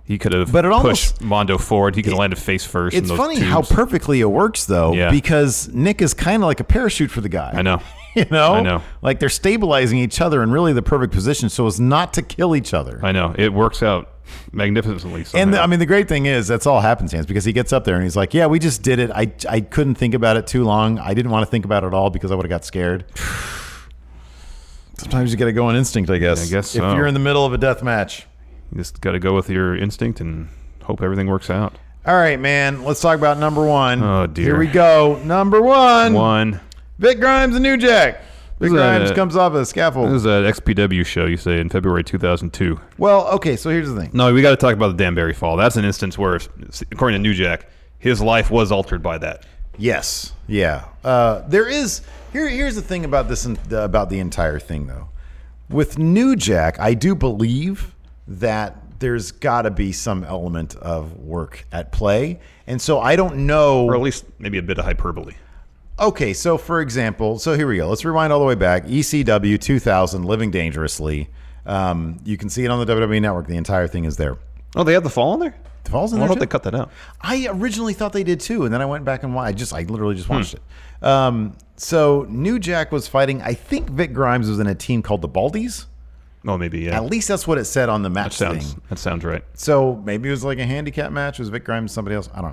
Speaker 2: he could have
Speaker 1: But it almost-
Speaker 2: pushed Mondo forward. He could have landed face first. in
Speaker 1: It's
Speaker 2: those
Speaker 1: funny how
Speaker 2: tubes.
Speaker 1: perfectly it works, though,
Speaker 2: Yeah.
Speaker 1: because Nick is kind of like a parachute for the guy.
Speaker 2: I know.
Speaker 1: You know?
Speaker 2: I know.
Speaker 1: Like they're stabilizing each other in really the perfect position so as not to kill each other.
Speaker 2: I know it works out magnificently. Somehow.
Speaker 1: and the, I mean, the great thing is that's all happenstance because he gets up there and he's like, "Yeah, we just did it. I, I couldn't think about it too long. I didn't want to think about it at all because I would have got scared." Sometimes you got to go on instinct, I guess.
Speaker 2: I guess
Speaker 1: if
Speaker 2: so.
Speaker 1: you're in the middle of a death match.
Speaker 2: you just got to go with your instinct and hope everything works out.
Speaker 1: All right, man. Let's talk about number one.
Speaker 2: Oh, dear.
Speaker 1: Here we go. Number one.
Speaker 2: One.
Speaker 1: Vic Grimes and New Jack.
Speaker 2: This
Speaker 1: Vic
Speaker 2: is
Speaker 1: Grimes
Speaker 2: a-
Speaker 1: comes off of the scaffold.
Speaker 2: This is an XPW show, you say, in February 2002.
Speaker 1: well, okay, so here's the thing.
Speaker 2: No, we got to talk about the Danbury fall. That's an instance where, according to New Jack, his life was altered by that.
Speaker 1: Yes. Yeah. Uh, there is here. Here's the thing about this en- the- about the entire thing though. With New Jack, I do believe that there's got to be some element of work at play, and so I don't know.
Speaker 2: Or at least maybe a bit of hyperbole.
Speaker 1: Okay, so for example, so here we go. Let's rewind all the way back. E ECW 2000, Living Dangerously. Um, you can see it on the WWE Network. The entire thing is there.
Speaker 2: Oh, they had the fall in there?
Speaker 1: The Falls in
Speaker 2: Well, I
Speaker 1: there.
Speaker 2: thought
Speaker 1: too?
Speaker 2: they cut that out.
Speaker 1: I originally thought they did too, and then I went back and watched. I just I literally
Speaker 2: Hmm.
Speaker 1: just watched it. Um, so New Jack was fighting. I think Vic Grimes was in a team called the Baldies.
Speaker 2: Oh, maybe, yeah.
Speaker 1: At least that's what it said on the
Speaker 2: that
Speaker 1: match
Speaker 2: sounds,
Speaker 1: thing.
Speaker 2: that sounds right.
Speaker 1: So maybe it was like a handicap match. It was Vic Grimes and somebody else. I don't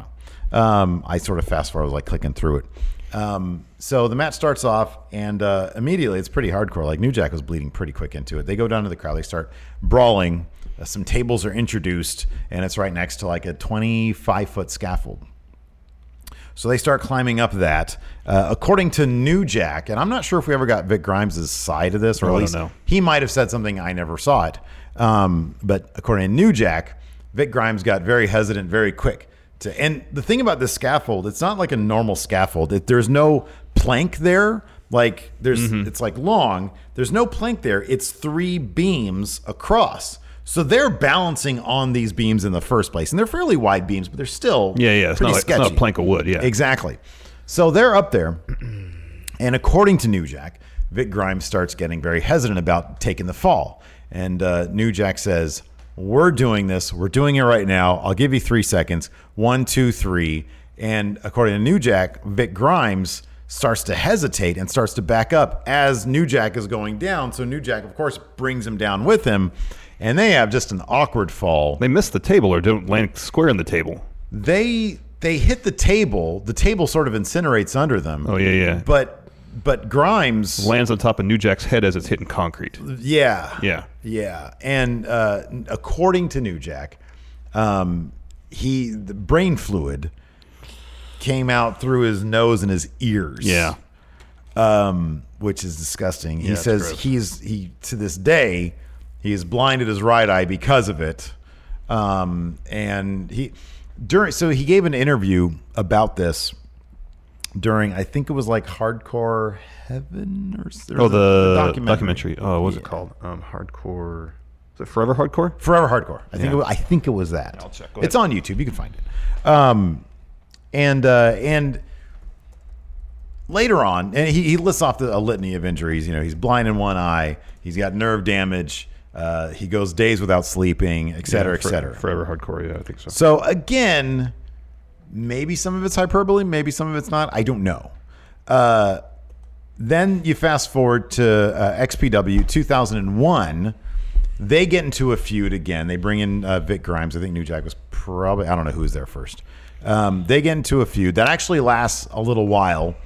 Speaker 1: know. Um, I sort of fast forward, I was like clicking through it. Um, so the match starts off, and uh, immediately it's pretty hardcore. Like New Jack was bleeding pretty quick into it. They go down to the crowd, they start brawling. Uh, some tables are introduced, and it's right next to like a 25 foot scaffold. So they start climbing up that. Uh, according to New Jack, and I'm not sure if we ever got Vic Grimes' side of this, or
Speaker 2: Oh, I
Speaker 1: at
Speaker 2: don't
Speaker 1: least
Speaker 2: know.
Speaker 1: he might have said something I never saw it. Um, but according to New Jack, Vic Grimes got very hesitant very quick. To, and the thing about this scaffold, it's not like a normal scaffold. It, there's no plank there. Like there's,
Speaker 2: Mm-hmm.
Speaker 1: it's like long. There's no plank there. It's three beams across. So they're balancing on these beams in the first place, and they're fairly wide beams, but they're still
Speaker 2: Yeah, yeah. It's, not,
Speaker 1: pretty
Speaker 2: like, it's not a
Speaker 1: sketchy.
Speaker 2: plank of wood, yeah.
Speaker 1: Exactly. So they're up there, and according to New Jack, Vic Grimes starts getting very hesitant about taking the fall. And uh, New Jack says, We're doing this. We're doing it right now. I'll give you three seconds. One, two, three. And according to New Jack, Vic Grimes starts to hesitate and starts to back up as New Jack is going down. So New Jack, of course, brings him down with him. And they have just an awkward fall
Speaker 2: They missed the table or don't land square in the table.
Speaker 1: they they hit the table. The table sort of incinerates under them.
Speaker 2: Oh, yeah, yeah.
Speaker 1: But but Grimes,
Speaker 2: Lands on top of New Jack's head as it's hitting concrete.
Speaker 1: yeah,
Speaker 2: Yeah.
Speaker 1: yeah. And uh, according to New Jack, um, he the brain fluid came out through his nose and his ears.
Speaker 2: Yeah.
Speaker 1: um, which is disgusting. he
Speaker 2: it's
Speaker 1: says
Speaker 2: gross.
Speaker 1: he's he to this day he is blinded his right eye because of it. Um, and he during so he gave an interview about this during I think it was like Hardcore Heaven or, s- there
Speaker 2: Oh,
Speaker 1: was a-
Speaker 2: the
Speaker 1: a
Speaker 2: documentary. Oh, what was it called? Um, hardcore. Is it Forever Hardcore?
Speaker 1: Forever Hardcore. I think
Speaker 2: Yeah.
Speaker 1: it was, I think it was that. I'll
Speaker 2: check. Go
Speaker 1: It's on YouTube. You can find it. Um, and uh, and later on, and he, he lists off the, a litany of injuries. You know, he's blind in one eye. He's got nerve damage. Uh, he goes days without sleeping, et cetera, et
Speaker 2: for-
Speaker 1: cetera.
Speaker 2: Forever Hardcore, yeah, I think so.
Speaker 1: So again, maybe some of it's hyperbole, maybe some of it's not. I don't know. Uh, then you fast forward to uh, XPW 2001. They get into a feud again. They bring in uh, Vic Grimes. I think New Jack was probably, I don't know who was there first. Um, they get into a feud that actually lasts a little while.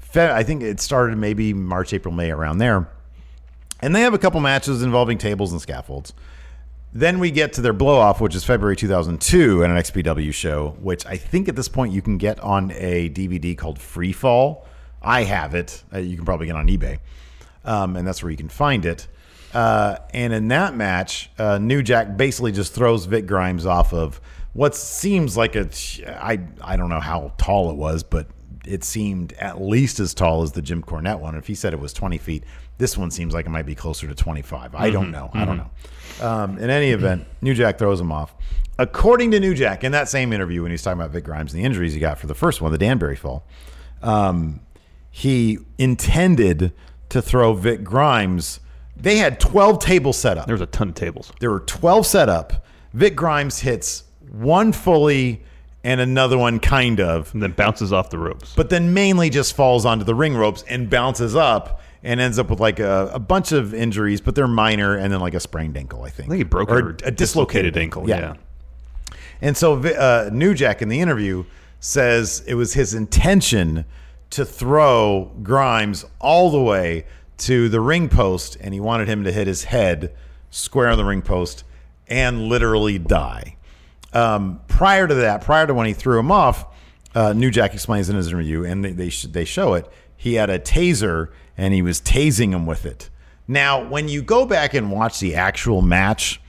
Speaker 1: Fe- I think it started maybe March, April, May around there. And they have a couple matches involving tables and scaffolds. Then we get to their blow off, which is February 2002 at an XPW show, which I think at this point you can get on a DVD called Free Fall. I have it. Uh, you can probably get it on eBay. Um, and that's where you can find it. Uh, and in that match, uh, New Jack basically just throws Vic Grimes off of what seems like a, I, I don't know how tall it was, but it seemed at least as tall as the Jim Cornette one. If he said it was 20 feet, this one seems like it might be closer to 25. I don't know. I don't know. Um, in any event, New Jack throws him off. According to New Jack, in that same interview when he was talking about Vic Grimes and the injuries he got for the first one, the Danbury fall, um, he intended to throw Vic Grimes. They had 12 tables set up.
Speaker 2: There was a ton of tables.
Speaker 1: There were 12 set up. Vic Grimes hits one fully and another one kind of
Speaker 2: And then bounces off the ropes.
Speaker 1: but then mainly just falls onto the ring ropes and bounces up and ends up with like a, a bunch of injuries, but they're minor, and then like a sprained ankle, I think.
Speaker 2: I think he broke
Speaker 1: or
Speaker 2: her
Speaker 1: a dislocated
Speaker 2: ankle. yeah.
Speaker 1: And so Vi- uh, New Jack in the interview says it was his intention to throw Grimes all the way to the ring post, and he wanted him to hit his head square on the ring post and literally die. Um, prior to that, prior to when he threw him off, uh, New Jack explains in his interview, and they they, sh- they show it. He had a taser, and he was tasing him with it. Now, when you go back and watch the actual match,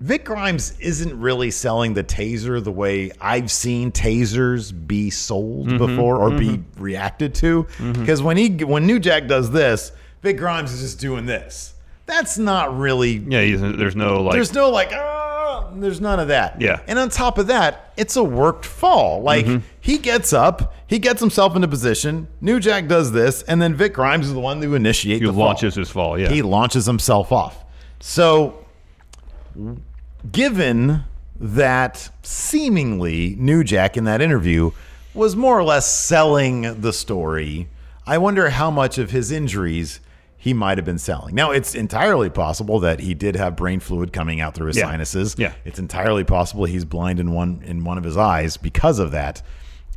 Speaker 1: Vic Grimes isn't really selling the taser the way I've seen tasers be
Speaker 2: Mm-hmm.
Speaker 1: sold before or be reacted to. Because when he when New Jack does this, Vic Grimes is just doing this. That's not really
Speaker 2: Yeah, he's, there's no like.
Speaker 1: there's no like ah, there's none of that.
Speaker 2: Yeah. Mm-hmm.
Speaker 1: And on top of that, it's a worked fall. Like he gets up, he gets himself into position. New Jack does this, and then Vic Grimes is the one who initiates.
Speaker 2: he
Speaker 1: the fall.
Speaker 2: launches his fall. Yeah.
Speaker 1: He launches himself off. So, given that seemingly New Jack in that interview was more or less selling the story, I wonder how much of his injuries he might have been selling. Now, it's entirely possible that he did have brain fluid coming out through his
Speaker 2: Yeah.
Speaker 1: sinuses.
Speaker 2: Yeah.
Speaker 1: It's entirely possible he's blind in one in one of his eyes because of that.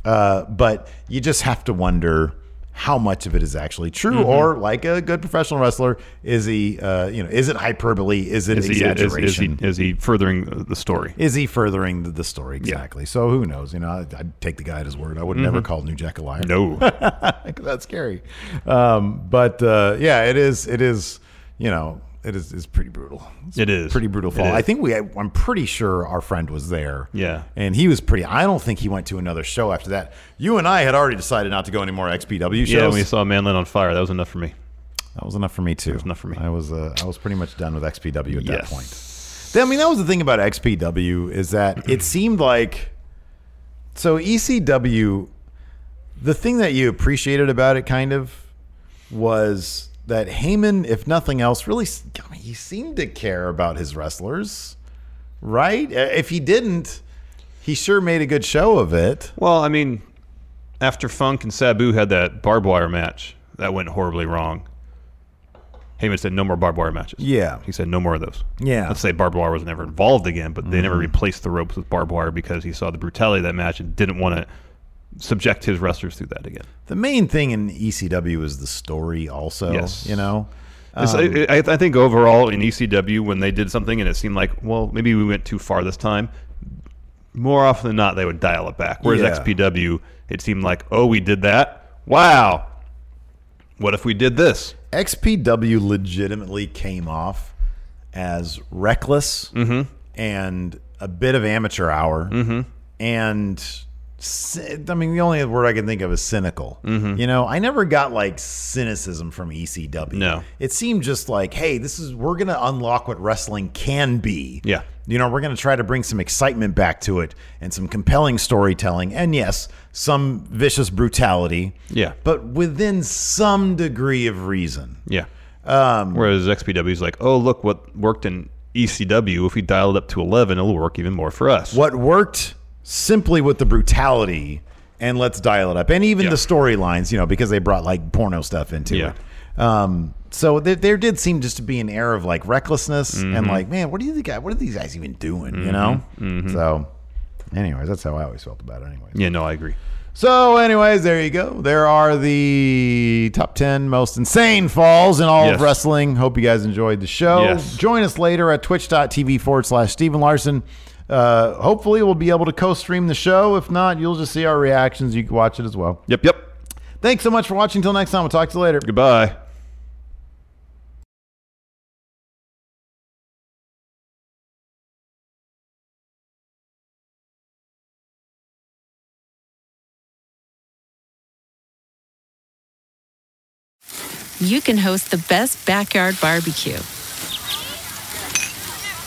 Speaker 1: Uh, but you just have to wonder how much of it is actually true,
Speaker 2: Mm-hmm.
Speaker 1: or like a good professional wrestler, is he? Uh, you know, is it hyperbole? Is it
Speaker 2: is he, is, is
Speaker 1: exaggeration?
Speaker 2: he is he furthering the story?
Speaker 1: is he furthering the, the story exactly? So who knows? You know, I'd, I'd take the guy at his word. I would
Speaker 2: Mm-hmm.
Speaker 1: never call New Jack a liar.
Speaker 2: No.
Speaker 1: that's scary. Um, but uh, yeah, it is. It is. You know, it is. It's pretty brutal. It's
Speaker 2: It is.
Speaker 1: pretty brutal
Speaker 2: It
Speaker 1: fall.
Speaker 2: is.
Speaker 1: I think we. I, I'm pretty sure our friend was there.
Speaker 2: Yeah.
Speaker 1: and he was pretty. I don't think he went to another show after that. You and I had already decided not to go any more XPW shows.
Speaker 2: yeah, when we saw Manland on fire, that was enough for me.
Speaker 1: That was enough for me too. That was
Speaker 2: enough for me.
Speaker 1: I was uh, I was pretty much done with XPW at that
Speaker 2: Yes.
Speaker 1: point. Then, I mean, that was the thing about XPW is that it seemed like so ECW. The thing that you appreciated about it, kind of, was that Heyman, if nothing else, really s- I mean, he seemed to care about his wrestlers, right? Uh, If he didn't, he sure made a good show of it.
Speaker 2: Well, I mean, after Funk and Sabu had that barbed wire match, that went horribly wrong. Heyman said no more barbed wire matches.
Speaker 1: Yeah.
Speaker 2: He said no more of those.
Speaker 1: Yeah. Mm-hmm.
Speaker 2: Let's say barbed wire was never involved again, but they never replaced the ropes with barbed wire because he saw the brutality of that match and didn't want to subject his wrestlers through that again.
Speaker 1: The main thing in ECW is the story, also.
Speaker 2: Yes.
Speaker 1: You know.
Speaker 2: It's- I, I- I think overall in ECW, when they did something and it seemed like, well, maybe we went too far this time, more often than not, they would dial it back. Whereas
Speaker 1: Yeah.
Speaker 2: XPW, it seemed like, oh, we did that. Wow. What if we did this?
Speaker 1: XPW legitimately came off as reckless
Speaker 2: Mm-hmm.
Speaker 1: and a bit of amateur hour and cy- I mean the only word I can think of is cynical.
Speaker 2: Mm-hmm.
Speaker 1: You know, I never got like cynicism from ECW.
Speaker 2: No.
Speaker 1: It seemed just like, hey, this is we're going to unlock what wrestling can be.
Speaker 2: Yeah.
Speaker 1: You know, we're going to try to bring some excitement back to it and some compelling storytelling and yes, some vicious brutality.
Speaker 2: Yeah.
Speaker 1: But within some degree of reason.
Speaker 2: Yeah. Whereas XPW is like, oh, look what worked in ECW. If we dial it up to 11, it'll work even more for us.
Speaker 1: What worked simply with the brutality and let's dial it up. And even
Speaker 2: Yeah.
Speaker 1: the storylines, you know, because they brought like porno stuff into
Speaker 2: Yeah.
Speaker 1: it. Um, so there, there did seem just to be an air of like recklessness
Speaker 2: Mm-hmm.
Speaker 1: and like, man, what do you think? I- What are these
Speaker 2: Mm-hmm.
Speaker 1: guys even doing? You know? So, anyways, that's how I always felt about it. Anyways,
Speaker 2: Yeah, no, I agree.
Speaker 1: So, anyways, there you go. There are the top 10 most insane falls in all
Speaker 2: Yes.
Speaker 1: of wrestling. Hope you guys enjoyed the show.
Speaker 2: Yes.
Speaker 1: Join us later at twitch.tv forward slash Stephen Larson. Uh, hopefully, we'll be able to co stream the show. If not, you'll just see our reactions. You can watch it as well.
Speaker 2: Yep, yep.
Speaker 1: Thanks so much for watching. Till next time, we'll talk to you later.
Speaker 2: Goodbye.
Speaker 7: you can host the best backyard barbecue.